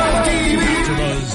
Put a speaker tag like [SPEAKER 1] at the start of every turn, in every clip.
[SPEAKER 1] AfterBuzz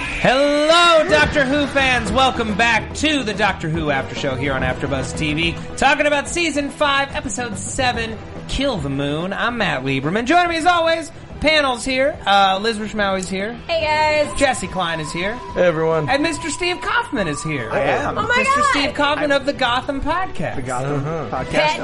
[SPEAKER 2] Hello, Doctor Who fans. Welcome back to the Doctor Who After Show here on AfterBuzz TV, talking about Season Five, Episode Seven, "Kill the Moon." I'm Matt Lieberman. Joining me, as always, panels here. Uh, Liz Rishmowie's here.
[SPEAKER 3] Hey guys!
[SPEAKER 2] Jesse Klein is here,
[SPEAKER 4] Hey everyone.
[SPEAKER 2] and Mr. Steve Kaufman is here. I
[SPEAKER 4] am.
[SPEAKER 3] Oh my
[SPEAKER 2] Mr.
[SPEAKER 3] God.
[SPEAKER 2] Steve Kaufman of the Gotham Podcast, the Gotham.
[SPEAKER 3] Podcast.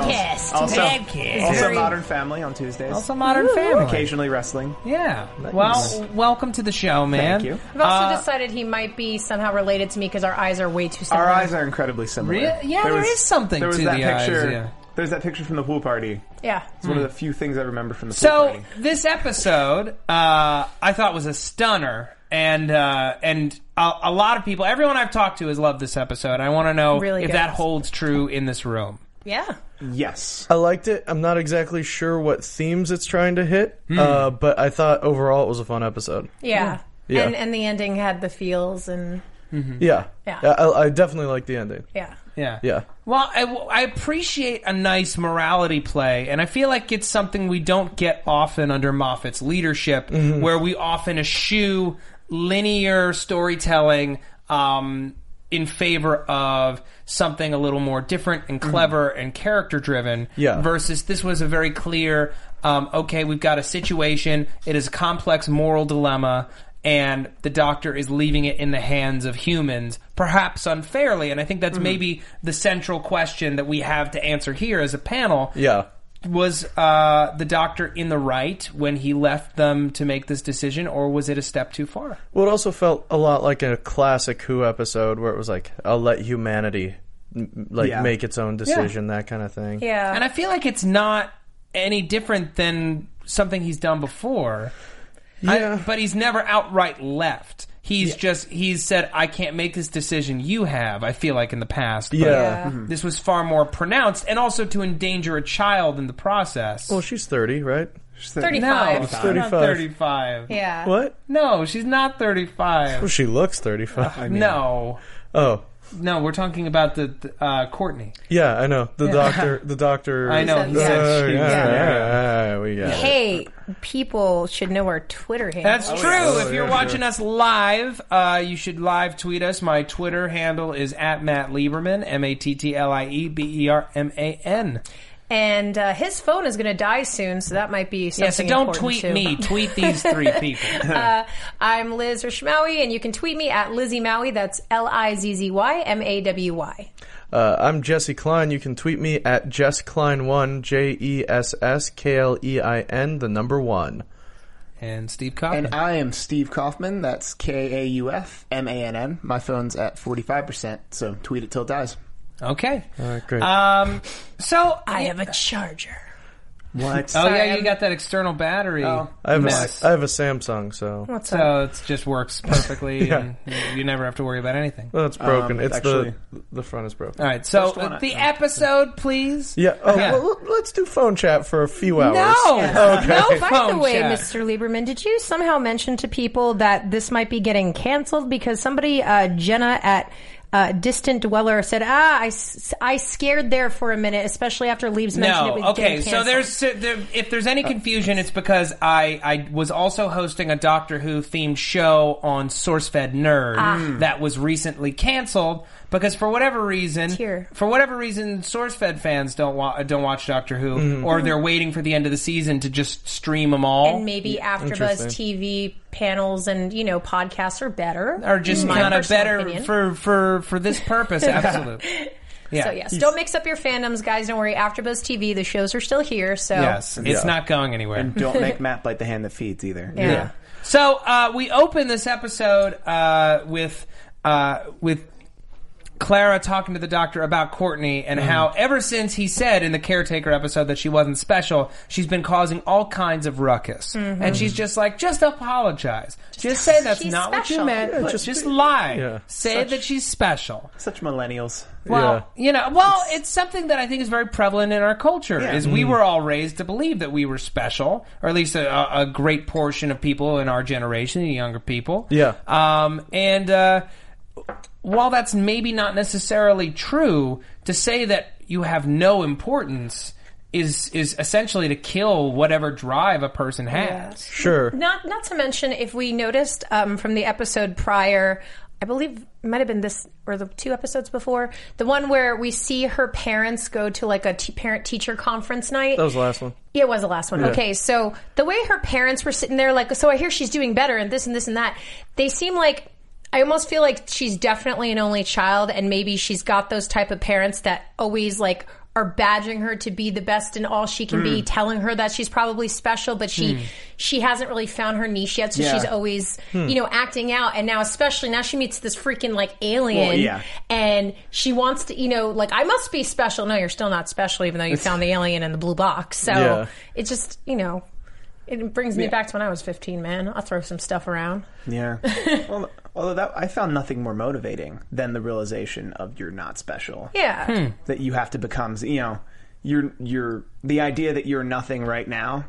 [SPEAKER 5] Also,
[SPEAKER 3] Podcast.
[SPEAKER 5] also
[SPEAKER 3] Very-
[SPEAKER 5] Modern Family on Tuesdays.
[SPEAKER 2] also Modern Family.
[SPEAKER 5] Occasionally wrestling.
[SPEAKER 2] Yeah. Well, welcome to the show, man. Uh,
[SPEAKER 5] Thank you.
[SPEAKER 3] I've also decided he might be somehow related to me because our eyes are way too similar.
[SPEAKER 5] Our eyes are incredibly similar.
[SPEAKER 2] Rea- yeah, there is something
[SPEAKER 5] there was
[SPEAKER 2] to
[SPEAKER 5] that
[SPEAKER 2] the eyes,
[SPEAKER 5] picture,
[SPEAKER 2] yeah. Hmm.
[SPEAKER 5] There's that picture from the pool party.
[SPEAKER 3] Yeah.
[SPEAKER 5] It's one of the few things I remember from the pool
[SPEAKER 2] So
[SPEAKER 5] party.
[SPEAKER 2] this episode, uh, I thought was a stunner, and uh, and a, a lot of people, everyone I've talked to, has loved this episode. I want to know
[SPEAKER 3] Really
[SPEAKER 2] if
[SPEAKER 3] good.
[SPEAKER 2] that holds true in this room.
[SPEAKER 3] Yeah.
[SPEAKER 5] Yes.
[SPEAKER 4] I
[SPEAKER 2] Oh.
[SPEAKER 4] liked it. I'm not exactly sure what themes it's trying to hit,
[SPEAKER 2] Hmm.
[SPEAKER 4] uh, but I thought overall it was a fun episode.
[SPEAKER 3] Yeah.
[SPEAKER 4] Yeah.
[SPEAKER 3] And and the ending had the feels and
[SPEAKER 4] Yeah.
[SPEAKER 3] Yeah.
[SPEAKER 4] I, I definitely like the ending.
[SPEAKER 3] yeah.
[SPEAKER 2] Yeah.
[SPEAKER 4] Yeah.
[SPEAKER 2] Well, I, I appreciate a nice morality play, and I feel like it's something we don't get often under Moffat's leadership,
[SPEAKER 4] Mm-hmm.
[SPEAKER 2] where we often eschew linear storytelling um, in favor of something a little more different and clever and character driven.
[SPEAKER 4] Mm-hmm. Yeah.
[SPEAKER 2] Versus this was a very clear, um, okay, we've got a situation, it is a complex moral dilemma. And the doctor is leaving it in the hands of humans, perhaps unfairly. And I think that's maybe the central question that we have to answer here as a panel
[SPEAKER 4] Yeah.
[SPEAKER 2] was uh, the doctor in the right when he left them to make this decision, or was it a step too far?
[SPEAKER 4] Well, it also felt a lot like a classic Who episode where it was like, I'll let humanity m- like
[SPEAKER 5] Yeah.
[SPEAKER 4] make its own decision, that kind of thing.
[SPEAKER 3] Yeah.
[SPEAKER 2] And I feel like it's not any different than something he's done before. I-
[SPEAKER 4] Yeah.
[SPEAKER 2] but he's never outright left. He's just he's said, "I can't make this decision." You have, I feel like, in the past. but
[SPEAKER 4] Yeah. Mm-hmm.
[SPEAKER 2] This was far more pronounced, and also to endanger a child in the process.
[SPEAKER 4] Well, she's 30, right?
[SPEAKER 3] Thirty
[SPEAKER 2] No,
[SPEAKER 3] five.
[SPEAKER 2] it's
[SPEAKER 4] 35.
[SPEAKER 2] thirty-five.
[SPEAKER 3] Yeah.
[SPEAKER 4] What?
[SPEAKER 2] No, she's not
[SPEAKER 4] Well,
[SPEAKER 2] thirty-five.
[SPEAKER 4] she looks 35.
[SPEAKER 2] No.
[SPEAKER 4] oh.
[SPEAKER 2] No, we're talking about the, the uh, Courtney.
[SPEAKER 4] Yeah, I know. The doctor. The doctor.
[SPEAKER 2] I know,
[SPEAKER 4] Uh,
[SPEAKER 2] he said she-
[SPEAKER 4] yeah,
[SPEAKER 5] yeah.
[SPEAKER 4] yeah, yeah, we got it.
[SPEAKER 3] Hey, people should know our Twitter handle.
[SPEAKER 2] That's true.
[SPEAKER 4] yeah.
[SPEAKER 2] if
[SPEAKER 4] Oh,
[SPEAKER 2] you're
[SPEAKER 4] yeah,
[SPEAKER 2] watching us live, uh, you should live tweet us. My Twitter handle is at Matt Lieberman, M A T T L I E B E R M A N.
[SPEAKER 3] and uh, his phone is going to die soon, so that might be something.
[SPEAKER 2] Yeah, so don't
[SPEAKER 3] important,
[SPEAKER 2] tweet
[SPEAKER 3] too.
[SPEAKER 2] me. Tweet these three people.
[SPEAKER 3] I'm Liz Rishmawi, and you can tweet me at Lizzie Maui. That's L I Z Z Y M A W Y.
[SPEAKER 4] Uh, I'm Jesse Klein. You can tweet me at JessKlein1, J E S S K L E I N, the number one.
[SPEAKER 2] and Steve Kaufman.
[SPEAKER 6] And I am Steve Kaufman. That's K A U F M A N N. My phone's at 45%, so tweet it till it dies.
[SPEAKER 2] okay.
[SPEAKER 4] great.
[SPEAKER 2] Um, so,
[SPEAKER 3] I have a charger.
[SPEAKER 5] What?
[SPEAKER 2] oh, yeah,
[SPEAKER 3] Sorry,
[SPEAKER 2] you got that external battery.
[SPEAKER 4] Oh, I have, a,
[SPEAKER 2] mess.
[SPEAKER 4] I have a Samsung, so well,
[SPEAKER 3] What's up?
[SPEAKER 2] so it just works perfectly,
[SPEAKER 4] Yeah.
[SPEAKER 2] and you- you never have to worry about anything. All
[SPEAKER 4] it's broken.
[SPEAKER 5] Um,
[SPEAKER 4] it's
[SPEAKER 5] actually-
[SPEAKER 4] the the front is broken.
[SPEAKER 2] right, so
[SPEAKER 5] First one I-
[SPEAKER 2] the episode, please.
[SPEAKER 4] uh, Yeah. Oh,
[SPEAKER 2] Uh, Yeah.
[SPEAKER 4] Well, let's do phone chat for a few hours.
[SPEAKER 2] No, no.
[SPEAKER 3] By
[SPEAKER 2] phone
[SPEAKER 3] the way,
[SPEAKER 2] chat.
[SPEAKER 3] Mr. Lieberman, did you somehow mention to people that this might be getting canceled because somebody, uh, Jenna at uh, uh, distant dweller said, "Ah, I, s- I scared there for a minute, especially after Leaves mentioned it
[SPEAKER 2] No,
[SPEAKER 3] was
[SPEAKER 2] okay.
[SPEAKER 3] getting
[SPEAKER 2] So
[SPEAKER 3] canceled."
[SPEAKER 2] there's so there, if there's any confusion, it's because I I was also hosting a Doctor Who themed show on SourceFed Nerd
[SPEAKER 3] Ah.
[SPEAKER 2] that was recently canceled because for whatever reason,
[SPEAKER 3] here.
[SPEAKER 2] for whatever reason, SourceFed fans don't wa- don't watch Doctor Who or they're waiting for the end of the season to just stream them all.
[SPEAKER 3] and maybe AfterBuzz TV panels and you know podcasts are better,
[SPEAKER 2] or just
[SPEAKER 3] My
[SPEAKER 2] kind of
[SPEAKER 3] personal
[SPEAKER 2] better
[SPEAKER 3] opinion.
[SPEAKER 2] for for for this purpose, absolutely. Yeah.
[SPEAKER 3] So yes, don't mix up your fandoms, guys. Don't worry. AfterBuzz TV, the shows are still here. So
[SPEAKER 2] Yes, it's not going anywhere.
[SPEAKER 5] Don't make Matt bite the hand that feeds either.
[SPEAKER 3] yeah.
[SPEAKER 2] So uh, we open this episode uh, with uh, with Clara talking to the doctor about Courtney and how ever since he said in the caretaker episode that she wasn't special, she's been causing all kinds of ruckus, and she's just like, just apologize, just, say that's
[SPEAKER 3] she's
[SPEAKER 2] not what you
[SPEAKER 3] special."
[SPEAKER 2] meant, just, lie,
[SPEAKER 4] Yeah.
[SPEAKER 2] say that she's special.
[SPEAKER 5] Such millennials.
[SPEAKER 2] Well, you know, well, it's something that I think is very prevalent in our culture. Is we were all raised to believe that we were special, or at least a- a, a great portion of people in our generation, the younger people.
[SPEAKER 4] Yeah.
[SPEAKER 2] Um, and uh, while that's maybe not necessarily true, to say that you have no importance is is essentially to kill whatever drive a person has.
[SPEAKER 4] Sure.
[SPEAKER 3] Not not to mention, if we noticed um, from the episode prior, I believe it might have been this or the two episodes before, the one where we see her parents go to like a t- parent teacher conference night.
[SPEAKER 4] That was the last one.
[SPEAKER 3] Yeah, It was the last one. Okay, so the way her parents were sitting there, like, so I hear she's doing better and this and this and that. They seem like I almost feel like she's definitely an only child, and maybe she's got those type of parents that always like are badging her to be the best in all she can be, telling her that she's probably special, but she she hasn't really found her niche yet, so she's always you know acting out. And now, especially now, she meets this freaking like alien,
[SPEAKER 5] yeah.
[SPEAKER 3] and she wants to you know like I must be special. No, you're still not special, even though you found the alien in the blue box. So
[SPEAKER 4] Yeah.
[SPEAKER 3] it just, you know, it brings me back to when I was 15, man. I'll throw some stuff around.
[SPEAKER 5] Yeah. well, although that I found nothing more motivating than the realization of you're not special.
[SPEAKER 3] Yeah.
[SPEAKER 2] Hmm.
[SPEAKER 5] That you have to become, you know, you're you're the idea that you're nothing right now,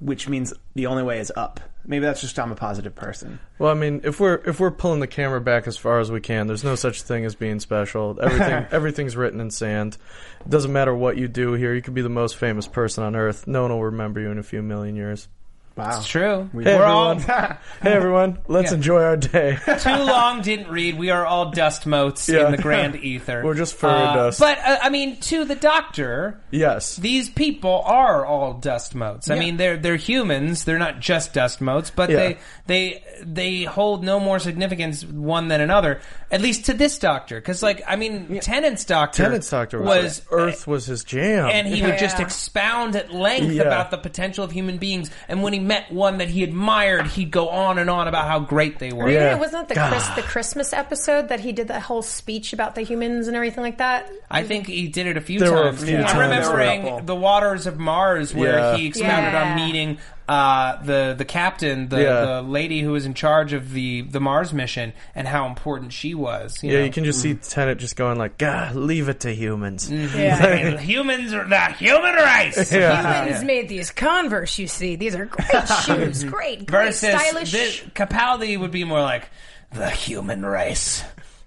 [SPEAKER 5] which means the only way is up. Maybe that's just I'm a positive person.
[SPEAKER 4] Well, I mean, if we're if we're pulling the camera back as far as we can, there's no such thing as being special. Everything everything's written in sand. It doesn't matter what you do here. You could be the most famous person on earth. No one will remember you in a few million years.
[SPEAKER 5] Wow.
[SPEAKER 2] It's true.
[SPEAKER 4] Hey
[SPEAKER 2] We're all
[SPEAKER 4] everyone. hey everyone. Let's
[SPEAKER 2] Yeah.
[SPEAKER 4] enjoy our day.
[SPEAKER 2] too long didn't read we are all dust motes
[SPEAKER 4] Yeah.
[SPEAKER 2] in the grand ether
[SPEAKER 4] We're just furry
[SPEAKER 2] Uh,
[SPEAKER 4] dust.
[SPEAKER 2] but uh, i mean to the doctor
[SPEAKER 4] yes.
[SPEAKER 2] these people are all dust motes i mean they're they're humans they're not just dust motes but
[SPEAKER 4] Yeah.
[SPEAKER 2] they they they hold no more significance one than another at least to this doctor because like i mean tennant's doctor
[SPEAKER 4] Tenant's doctor was, Earth was his jam.
[SPEAKER 2] and he would just
[SPEAKER 3] Yeah.
[SPEAKER 2] expound at length
[SPEAKER 4] Yeah.
[SPEAKER 2] about the potential of human beings. And when he met one that he admired, he'd go on and on about how great they were.
[SPEAKER 3] You
[SPEAKER 4] Yeah.
[SPEAKER 3] know, wasn't that the, Chris, the Christmas episode that he did that whole speech about the humans and everything like that?
[SPEAKER 2] I think he did it a few
[SPEAKER 4] There were a
[SPEAKER 2] times.
[SPEAKER 4] few
[SPEAKER 2] I'm
[SPEAKER 4] times.
[SPEAKER 5] There were a
[SPEAKER 2] remembering
[SPEAKER 5] couple.
[SPEAKER 2] the waters of Mars, where
[SPEAKER 4] Yeah.
[SPEAKER 2] he expounded
[SPEAKER 3] Yeah.
[SPEAKER 2] on meeting uh, the the captain, the,
[SPEAKER 4] Yeah.
[SPEAKER 2] the lady who was in charge of the, the Mars mission, and how important she was. You
[SPEAKER 4] yeah,
[SPEAKER 2] know?
[SPEAKER 4] you can just see Tennant just going like, "God, leave it to humans."
[SPEAKER 2] Mm-hmm. And humans are the human race.
[SPEAKER 3] Humans made these Converse, you see. These are great shoes. Great, great,
[SPEAKER 2] Versus
[SPEAKER 3] stylish.
[SPEAKER 2] this- Capaldi would be more like the human race.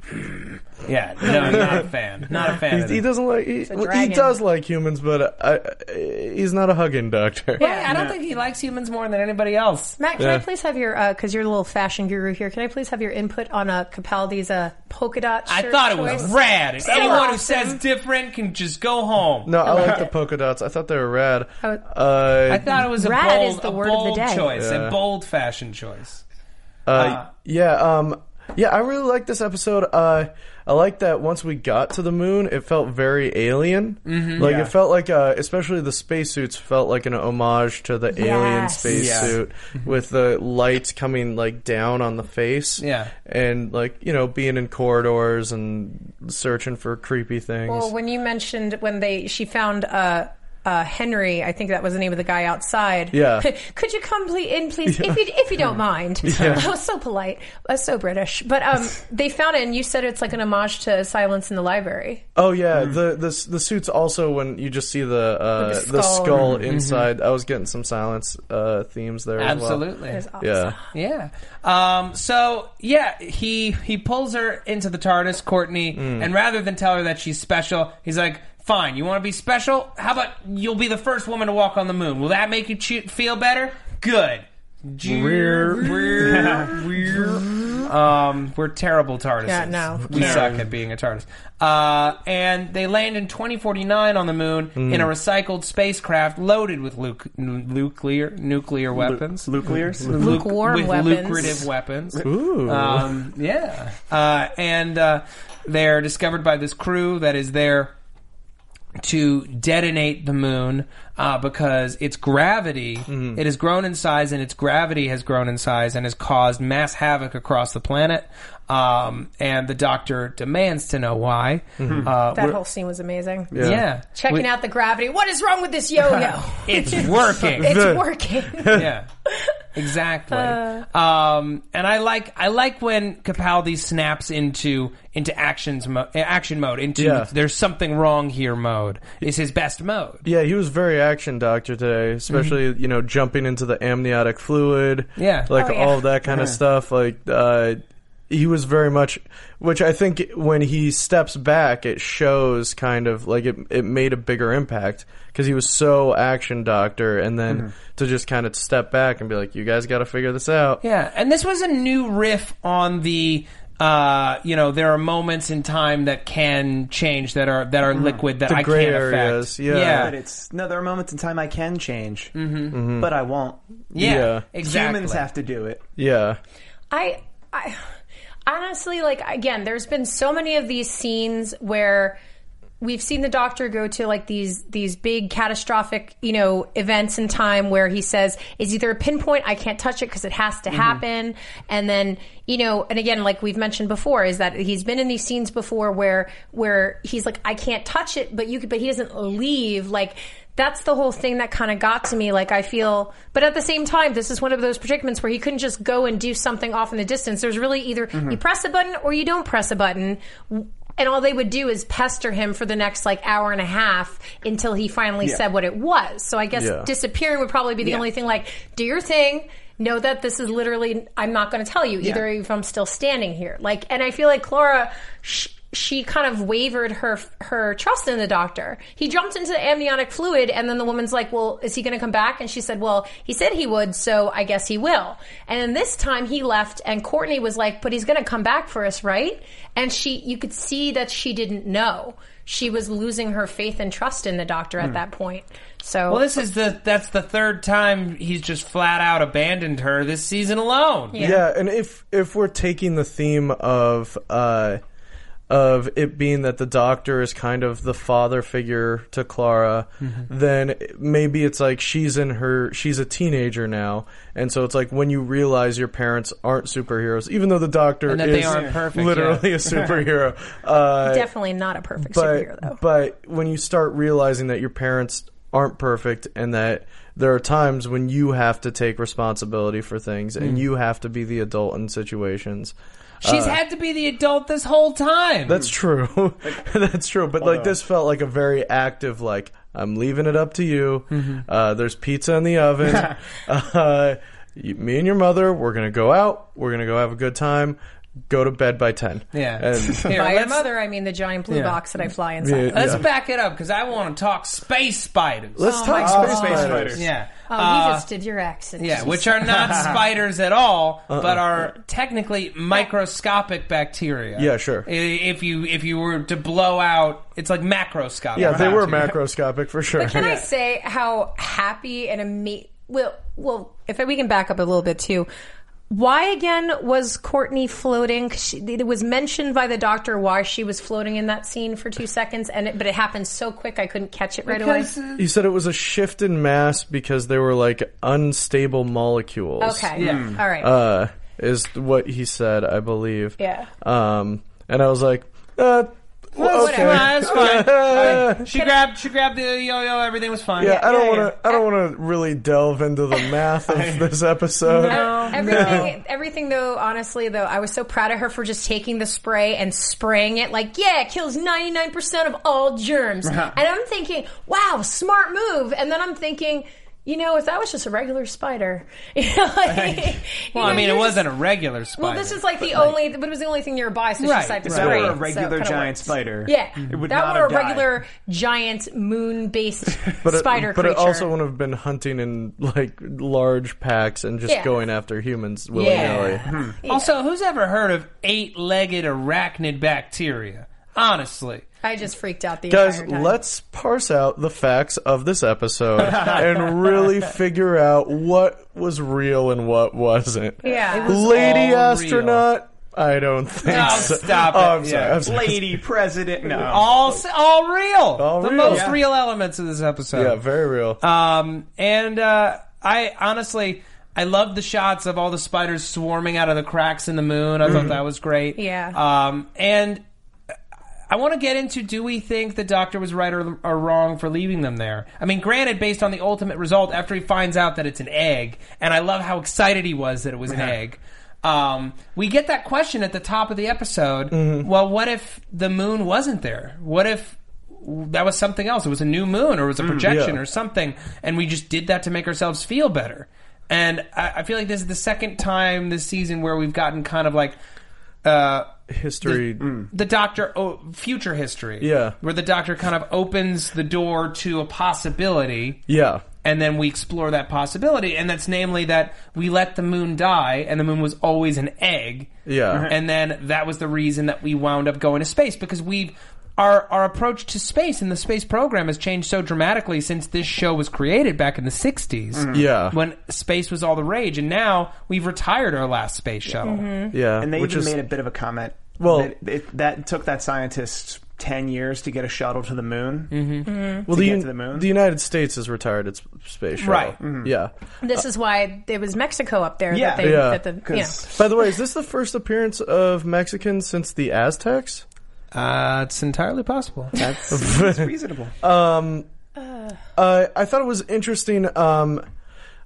[SPEAKER 2] Hmm. yeah, no, not a fan. Not a fan.
[SPEAKER 4] He-
[SPEAKER 2] of
[SPEAKER 4] He
[SPEAKER 2] it.
[SPEAKER 4] doesn't like. He, well, he
[SPEAKER 3] dragon.
[SPEAKER 4] does like humans, but uh, I, he's not a hugging doctor.
[SPEAKER 2] I don't think he likes humans more than anybody else.
[SPEAKER 3] Matt, can I
[SPEAKER 4] Yeah.
[SPEAKER 3] please have your, because you're a little fashion guru here, can I please have your input on uh, Capaldi's uh, polka dot
[SPEAKER 2] I
[SPEAKER 3] shirt
[SPEAKER 2] thought it
[SPEAKER 3] choice?
[SPEAKER 2] was rad. Anyone who
[SPEAKER 3] awesome.
[SPEAKER 2] says different can just go home.
[SPEAKER 4] No, I like the polka dots. I thought they were rad. Uh,
[SPEAKER 2] I thought it was a
[SPEAKER 3] Rad
[SPEAKER 2] bold,
[SPEAKER 3] is the
[SPEAKER 2] a
[SPEAKER 3] word of the
[SPEAKER 2] bold
[SPEAKER 3] day.
[SPEAKER 2] choice, a bold fashion choice.
[SPEAKER 4] Uh, yeah, um, yeah, I really like this episode. Uh, I like that once we got to the moon, it felt very alien. Mm-hmm. Like it felt like, uh, especially the spacesuits felt like an homage to the alien
[SPEAKER 3] Yes. Mm-hmm.
[SPEAKER 4] spacesuit with the lights coming like down on the face.
[SPEAKER 2] Yeah.
[SPEAKER 4] and like you know, being in corridors and searching for creepy things.
[SPEAKER 3] Well, when you mentioned when they she found uh, uh, Henry, I think that was the name of the guy outside.
[SPEAKER 4] Yeah.
[SPEAKER 3] Could you come ple- in, please, if you if you don't mind? I was so polite, I was so British. But um, they found it, and you said it's like an homage to Silence in the Library.
[SPEAKER 4] Oh yeah, the the s- the suits also when you just see the uh,
[SPEAKER 3] With the
[SPEAKER 4] the
[SPEAKER 3] skull.
[SPEAKER 4] skull inside. I was getting some silence uh, themes there. as well.
[SPEAKER 2] Absolutely.
[SPEAKER 3] It was awesome.
[SPEAKER 4] Yeah.
[SPEAKER 2] Yeah. Um, so yeah, he he pulls her into the TARDIS, Courtney, and rather than tell her that she's special, he's like, "Fine, you want to be special? How about you'll be the first woman to walk on the moon? Will that make you che- feel better? Good." Rear, rear, rear. Um, we're terrible TARDIses.
[SPEAKER 3] Yeah, no.
[SPEAKER 2] we suck at being a TARDIS. Uh, and they land in 2049 on the moon in a recycled spacecraft loaded with luc- n- nuclear nuclear weapons
[SPEAKER 5] Nuclears.
[SPEAKER 3] Lukewarm
[SPEAKER 2] with
[SPEAKER 3] weapons.
[SPEAKER 2] lucrative weapons. Um, yeah. Uh, and uh, they're discovered by this crew that is there to detonate the moon uh, because its gravity it has grown in size and its gravity has grown in size and has caused mass havoc across the planet. Um, and the doctor demands to know why. Uh,
[SPEAKER 3] That
[SPEAKER 2] we're-
[SPEAKER 3] whole scene was amazing.
[SPEAKER 2] yeah.
[SPEAKER 3] Checking
[SPEAKER 2] We-
[SPEAKER 3] out the gravity. What is wrong with this yo-yo?
[SPEAKER 2] It's working.
[SPEAKER 3] it's working.
[SPEAKER 2] yeah, exactly.
[SPEAKER 5] Uh.
[SPEAKER 2] um, and I like I like when Capaldi snaps into into actions mo- uh, action mode into
[SPEAKER 4] Yeah.
[SPEAKER 2] there's something wrong here mode is his best mode.
[SPEAKER 4] Yeah, he was very action doctor today, especially you know jumping into the amniotic fluid.
[SPEAKER 2] Yeah.
[SPEAKER 4] like
[SPEAKER 3] Oh, yeah.
[SPEAKER 4] all of that kind of stuff. Like uh, he was very much, which I think when he steps back, it shows kind of like it. It made a bigger impact because he was so action doctor, and then to just kind of step back and be like, "You guys got to figure this out."
[SPEAKER 2] Yeah, and this was a new riff on the. Uh, you know, there are moments in time that can change that are that are liquid that I
[SPEAKER 4] Mm-hmm. gray
[SPEAKER 2] can't affect.
[SPEAKER 4] areas, yeah.
[SPEAKER 2] yeah, Mm-hmm.
[SPEAKER 5] But it's no. There are moments in time I can change, but I won't.
[SPEAKER 2] Yeah,
[SPEAKER 4] Yeah.
[SPEAKER 2] exactly.
[SPEAKER 5] Humans have to do it.
[SPEAKER 4] Yeah,
[SPEAKER 3] I, I honestly like again. There's been so many of these scenes where we've seen the doctor go to like these these big catastrophic you know events in time where he says it's either a pinpoint i can't touch it because it has to happen and then you know and again like we've mentioned before is that he's been in these scenes before where where he's like i can't touch it but you could but he doesn't leave like that's the whole thing that kind of got to me. Like I feel, but at the same time, this is one of those predicaments where he couldn't just go and do something off in the distance. There's really either you press a button or you don't press a button, W- and all they would do is pester him for the next like hour and a half until he finally said what it was. So I guess
[SPEAKER 4] Yeah.
[SPEAKER 3] disappearing would probably be the only thing. Like do your thing. Know that this is literally. I'm not going to tell you either if I'm still standing here. Like, and I feel like Clara. Sh- she kind of wavered her her trust in the doctor. He jumped into the amniotic fluid, and then the woman's like, "Well, is he going to come back?" And she said, "Well, he said he would, so I guess he will." And then this time he left, and Courtney was like, "But he's going to come back for us, right?" And she, you could see that she didn't know. She was losing her faith and trust in the doctor at that point. So,
[SPEAKER 2] Well, this is the that's the third time he's just flat out abandoned her this season alone.
[SPEAKER 4] yeah, and if if we're taking the theme of uh, of it being that the doctor is kind of the father figure to Clara,
[SPEAKER 2] Mm-hmm.
[SPEAKER 4] then maybe it's like she's in her she's a teenager now, and so it's like when you realize your parents aren't superheroes, even though the doctor
[SPEAKER 2] And that
[SPEAKER 4] is
[SPEAKER 2] they aren't perfect,
[SPEAKER 4] literally a superhero. Uh,
[SPEAKER 3] definitely not a perfect superhero, though.
[SPEAKER 4] but when you start realizing that your parents aren't perfect and that there are times when you have to take responsibility for things
[SPEAKER 2] Hmm.
[SPEAKER 4] and you have to be the adult in situations.
[SPEAKER 2] She's had to be the adult this whole time.
[SPEAKER 4] Uh. That's true. That's true. But like this felt like a very active like I'm leaving it up to you.
[SPEAKER 2] Mm-hmm.
[SPEAKER 4] Uh, there's pizza in the oven. uh, you, me and your mother, we're gonna go out. We're gonna go have a good time. Go to bed by ten.
[SPEAKER 2] yeah.
[SPEAKER 4] And
[SPEAKER 2] Here,
[SPEAKER 3] By your
[SPEAKER 2] let's-
[SPEAKER 3] mother, I mean the giant blue
[SPEAKER 2] Yeah.
[SPEAKER 3] box that I fly inside.
[SPEAKER 4] Yeah,
[SPEAKER 3] of.
[SPEAKER 2] Let's
[SPEAKER 4] yeah.
[SPEAKER 2] back it up because I want to talk space spiders.
[SPEAKER 4] let's
[SPEAKER 3] Oh
[SPEAKER 4] talk
[SPEAKER 3] my
[SPEAKER 4] space,
[SPEAKER 3] God. Space
[SPEAKER 4] spiders.
[SPEAKER 5] spiders.
[SPEAKER 2] yeah.
[SPEAKER 3] Oh,
[SPEAKER 2] Uh,
[SPEAKER 3] you just did your accent.
[SPEAKER 2] yeah, which are not spiders at all,
[SPEAKER 4] Uh-uh.
[SPEAKER 2] but are technically microscopic bacteria.
[SPEAKER 4] Yeah, sure.
[SPEAKER 2] I- If you if you were to blow out, it's like macroscopic.
[SPEAKER 4] Yeah, they were
[SPEAKER 2] bacteria.
[SPEAKER 4] macroscopic for sure.
[SPEAKER 3] But can I say how happy and amazing? Well, well, if we can back up a little bit too. Why again was Courtney floating? 'Cause She, it was mentioned by the doctor why she was floating in that scene for two seconds, and it, but it happened so quick I couldn't catch it right
[SPEAKER 2] Because,
[SPEAKER 3] away.
[SPEAKER 2] uh,
[SPEAKER 4] You said it was a shift in mass because they were like unstable molecules.
[SPEAKER 3] Okay, all right,
[SPEAKER 4] Uh, is what he said, I believe.
[SPEAKER 3] Yeah.
[SPEAKER 4] Um, and I was like, uh,
[SPEAKER 2] Well,
[SPEAKER 3] okay.
[SPEAKER 2] That's fine. That's fine. Like, she grabbed. She grabbed the yo-yo. Everything was fine.
[SPEAKER 4] Yeah, I don't
[SPEAKER 2] yeah.
[SPEAKER 4] want to. I don't want to really delve into the math of this episode.
[SPEAKER 3] everything, everything though. Honestly, though, I was so proud of her for just taking the spray and spraying it. Like, yeah, it kills ninety nine percent of all germs. and I'm thinking, wow, smart move. And then I'm thinking. You know, if that was just a regular spider, you know, like, you
[SPEAKER 2] Well,
[SPEAKER 3] know,
[SPEAKER 2] I mean, it
[SPEAKER 3] you're
[SPEAKER 2] wasn't a
[SPEAKER 3] just-
[SPEAKER 2] regular spider.
[SPEAKER 3] Well, this is like the only, but it was the only thing nearby, so
[SPEAKER 2] Right.
[SPEAKER 3] she decided to
[SPEAKER 5] If
[SPEAKER 2] Right.
[SPEAKER 5] that
[SPEAKER 3] spray
[SPEAKER 5] were
[SPEAKER 3] it.
[SPEAKER 5] a
[SPEAKER 3] so
[SPEAKER 5] regular
[SPEAKER 3] it kinda worked.
[SPEAKER 5] giant spider,
[SPEAKER 3] Yeah,
[SPEAKER 5] it would
[SPEAKER 3] that
[SPEAKER 5] not
[SPEAKER 3] were
[SPEAKER 5] have
[SPEAKER 3] a
[SPEAKER 5] died.
[SPEAKER 3] regular giant moon-based
[SPEAKER 4] But it,
[SPEAKER 3] spider
[SPEAKER 4] but
[SPEAKER 3] creature.
[SPEAKER 4] it also wouldn't have been hunting in like large packs and just
[SPEAKER 3] Yeah.
[SPEAKER 4] going after humans willy nilly.
[SPEAKER 2] Also, who's ever heard of eight-legged arachnid bacteria? Honestly,
[SPEAKER 3] I just freaked out the
[SPEAKER 4] Guys,
[SPEAKER 3] entire time.
[SPEAKER 4] let's parse out the facts of this episode and really figure out what was real and what wasn't.
[SPEAKER 3] Yeah. It was
[SPEAKER 4] lady
[SPEAKER 2] all real.
[SPEAKER 4] astronaut. I don't think
[SPEAKER 2] No,
[SPEAKER 4] so.
[SPEAKER 2] stop it.
[SPEAKER 4] Oh, I'm sorry.
[SPEAKER 2] Yeah.
[SPEAKER 4] I'm sorry.
[SPEAKER 5] lady president. No,
[SPEAKER 2] all s- all real.
[SPEAKER 4] All
[SPEAKER 2] the
[SPEAKER 4] real.
[SPEAKER 2] most
[SPEAKER 4] Yeah.
[SPEAKER 2] real elements of this episode.
[SPEAKER 4] Yeah, very real.
[SPEAKER 2] Um, and uh, I honestly, I love the shots of all the spiders swarming out of the cracks in the moon. I
[SPEAKER 4] Mm.
[SPEAKER 2] thought that was great.
[SPEAKER 3] Yeah.
[SPEAKER 2] Um, and I want to get into: Do we think the doctor was right or, or wrong for leaving them there? I mean, granted, based on the ultimate result, after he finds out that it's an egg, and I love how excited he was that it was an egg. Um, we get that question at the top of the episode. Well, what if the moon wasn't there? What if that was something else? It was a new moon, or it was a projection,
[SPEAKER 4] yeah.
[SPEAKER 2] or something, and we just did that to make ourselves feel better. And I, I feel like this is the second time this season where we've gotten kind of like. Uh,
[SPEAKER 4] History.
[SPEAKER 2] the doctor oh, future history
[SPEAKER 4] Hmm. Yeah.
[SPEAKER 2] where the doctor kind of opens the door to a possibility
[SPEAKER 4] Yeah.
[SPEAKER 2] and then we explore that possibility and that's namely that we let the moon die and the moon was always an egg
[SPEAKER 4] Yeah.
[SPEAKER 2] and then that was the reason that we wound up going to space because we've our, our approach to space and the space program has changed so dramatically since this show was created back in the 60s
[SPEAKER 4] Yeah.
[SPEAKER 2] when space was all the rage and now we've retired our last space shuttle
[SPEAKER 4] Yeah.
[SPEAKER 5] and they
[SPEAKER 4] which
[SPEAKER 5] even
[SPEAKER 4] is,
[SPEAKER 5] made a bit of a comment.
[SPEAKER 4] Well-
[SPEAKER 5] that, it, that took that scientist ten years to get a shuttle to the moon.
[SPEAKER 2] Mm-hmm.
[SPEAKER 4] well, the,
[SPEAKER 5] get
[SPEAKER 4] Un-
[SPEAKER 5] to the moon.
[SPEAKER 4] the United States has retired its space shuttle.
[SPEAKER 2] Right. Mm-hmm.
[SPEAKER 4] Yeah.
[SPEAKER 3] This is why it was Mexico up there.
[SPEAKER 5] Yeah.
[SPEAKER 3] that they,
[SPEAKER 4] Yeah.
[SPEAKER 3] That the, you know.
[SPEAKER 5] 'Cause-
[SPEAKER 4] By the way, is this the first appearance of Mexicans since the Aztecs?
[SPEAKER 2] uh, it's entirely possible
[SPEAKER 5] That's, that's reasonable.
[SPEAKER 4] Uh, I thought it was interesting. Um,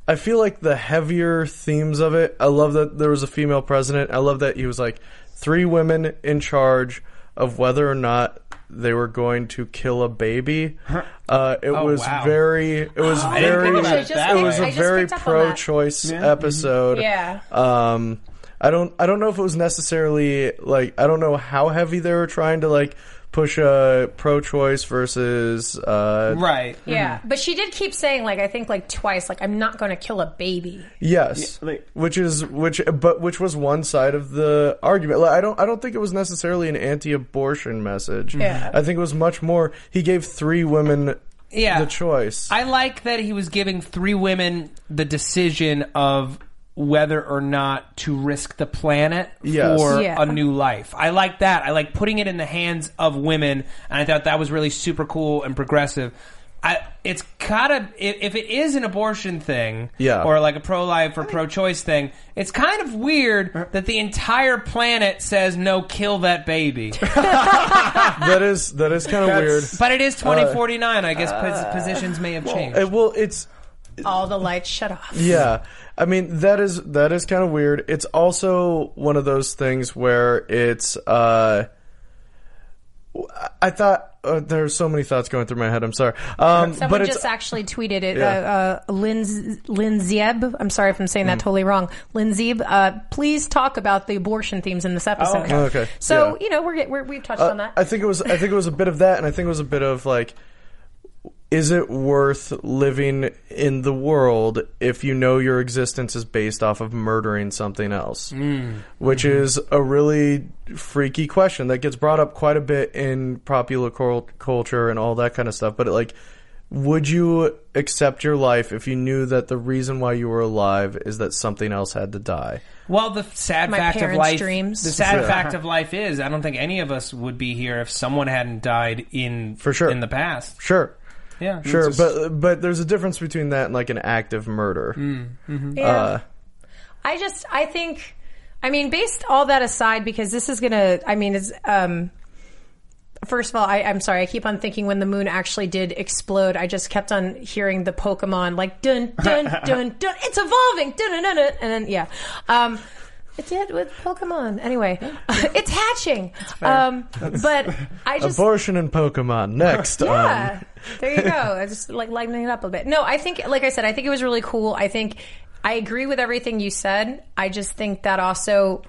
[SPEAKER 4] I feel like the heavier themes of it. I love that there was a female president. I love that he was like three women in charge of whether or not they were going to kill a baby. Uh, it was
[SPEAKER 2] wow.
[SPEAKER 4] very. It was
[SPEAKER 3] Oh, didn't
[SPEAKER 4] very.
[SPEAKER 3] think about it that
[SPEAKER 4] it was
[SPEAKER 3] way.
[SPEAKER 4] a
[SPEAKER 3] I just
[SPEAKER 4] very
[SPEAKER 3] picked up on that.
[SPEAKER 4] pro-choice episode.
[SPEAKER 3] Yeah.
[SPEAKER 4] Um, I don't. I don't know if it was necessarily like. I don't know how heavy they were trying to like push a pro-choice versus uh,
[SPEAKER 2] right
[SPEAKER 3] Yeah, but she did keep saying like I think like twice like I'm not going to kill a baby.
[SPEAKER 4] Yes,
[SPEAKER 5] Yeah, like-
[SPEAKER 4] which is which, but which was one side of the argument. Like, I don't, I don't think it was necessarily an anti-abortion message.
[SPEAKER 3] Yeah.
[SPEAKER 4] I think it was much more. He gave three women
[SPEAKER 2] Yeah.
[SPEAKER 4] the choice.
[SPEAKER 2] I like that he was giving three women the decision of whether or not to risk the planet
[SPEAKER 4] Yes.
[SPEAKER 2] for
[SPEAKER 3] Yeah.
[SPEAKER 2] a new life. I like that. I like putting it in the hands of women, and I thought that was really super cool and progressive. I, it's kind of if if it is an abortion thing,
[SPEAKER 4] Yeah.
[SPEAKER 2] or like a pro life or pro choice thing, it's kind of
[SPEAKER 4] Uh-huh.
[SPEAKER 2] weird that the entire planet says no, kill that baby.
[SPEAKER 4] that is that is kind of weird.
[SPEAKER 2] but it is twenty forty nine. I guess pos- positions may have changed.
[SPEAKER 4] Uh, well, it's
[SPEAKER 3] All the lights shut off.
[SPEAKER 4] yeah. I mean, that is that is kind of weird. It's also one of those things where it's. Uh, I thought uh, there's so many thoughts going through my head. I'm sorry, um,
[SPEAKER 3] Someone
[SPEAKER 4] but it's
[SPEAKER 3] just actually tweeted it.
[SPEAKER 4] Yeah.
[SPEAKER 3] Uh, uh, Lin Linzieb, I'm sorry if I'm saying that
[SPEAKER 4] Mm.
[SPEAKER 3] totally wrong. Linzieb, uh, please talk about the abortion themes in this episode.
[SPEAKER 4] Oh, okay.
[SPEAKER 3] So
[SPEAKER 4] Yeah. Uh,
[SPEAKER 3] you know we're, get, we're we've touched on that.
[SPEAKER 4] I think it was. I think it was a bit of that, and I think it was a bit of like, is it worth living in the world if you know your existence is based off of murdering something else? Which is a really freaky question that gets brought up quite a bit in popular cul- culture and all that kind of stuff. But like. Would you accept your life if you knew that the reason why you were alive is that something else had to die?
[SPEAKER 2] Well, the sad
[SPEAKER 3] My
[SPEAKER 2] fact of
[SPEAKER 3] parents'
[SPEAKER 2] life.
[SPEAKER 3] dreams.
[SPEAKER 2] The sad fact of life is, I don't think any of us would be here if someone hadn't died in
[SPEAKER 4] For sure.
[SPEAKER 2] in the past.
[SPEAKER 4] Sure.
[SPEAKER 2] Yeah,
[SPEAKER 4] Sure, but but there's a difference between that and like an active murder.
[SPEAKER 3] Yeah. I just, I think, I mean, based all that aside, because this is gonna, I mean, it's, um, first of all, I, I'm sorry. I keep on thinking when the moon actually did explode, I just kept on hearing the Pokemon like dun dun dun dun. It's evolving. Dun dun dun. dun and then yeah, um, it did with Pokemon. Anyway, it's hatching. Um, but I just
[SPEAKER 4] Abortion and Pokemon. Next um, on
[SPEAKER 3] yeah. there you go. I just like lightening it up a bit. No, I think, like I said, I think it was really cool. I think I agree with everything you said. I just think that also,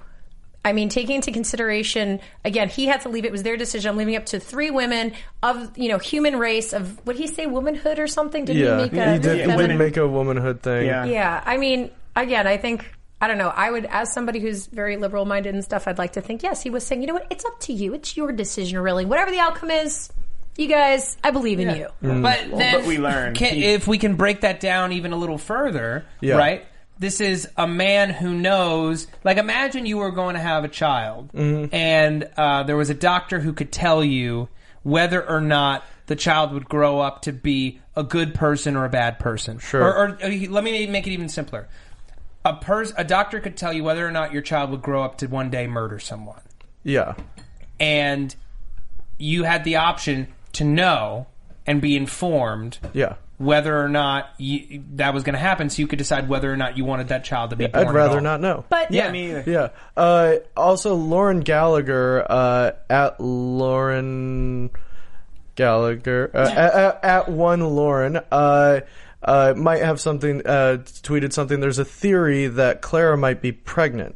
[SPEAKER 3] I mean, taking into consideration again, he had to leave. It was their decision. I'm leaving it up to three women of you know human race of what he say womanhood or something. Didn't
[SPEAKER 4] Yeah,
[SPEAKER 3] he make a
[SPEAKER 4] he did.
[SPEAKER 3] feminine-
[SPEAKER 4] He did make a womanhood thing.
[SPEAKER 5] Yeah.
[SPEAKER 3] yeah, I mean, again, I think I don't know. I would, as somebody who's very liberal minded and stuff, I'd like to think yes, he was saying, you know what, it's up to you. It's your decision, really. Whatever the outcome is, you guys, I believe in you.
[SPEAKER 4] Mm.
[SPEAKER 2] But then,
[SPEAKER 5] but we learn.
[SPEAKER 2] can-
[SPEAKER 5] He-
[SPEAKER 2] if we can break that down even a little further,
[SPEAKER 4] Yeah.
[SPEAKER 2] right? This is a man who knows. Like, imagine you were going to have a child,
[SPEAKER 4] Mm-hmm.
[SPEAKER 2] and uh, there was a doctor who could tell you whether or not the child would grow up to be a good person or a bad person.
[SPEAKER 4] Sure.
[SPEAKER 2] Or, or, uh, let me make it even simpler. A pers- a doctor could tell you whether or not your child would grow up to one day murder someone
[SPEAKER 4] Yeah.
[SPEAKER 2] and you had the option to know and be informed
[SPEAKER 4] Yeah.
[SPEAKER 2] whether or not you, that was going to happen so you could decide whether or not you wanted that child to be born
[SPEAKER 4] I'd
[SPEAKER 2] at
[SPEAKER 4] rather
[SPEAKER 2] all.
[SPEAKER 4] not know.
[SPEAKER 3] But
[SPEAKER 2] yeah
[SPEAKER 5] me either.
[SPEAKER 4] Yeah. Uh, also, Lauren Gallagher uh, at Lauren Gallagher uh, at, at- at one Lauren uh, uh, might have something uh, tweeted something. There's a theory that Clara might be pregnant.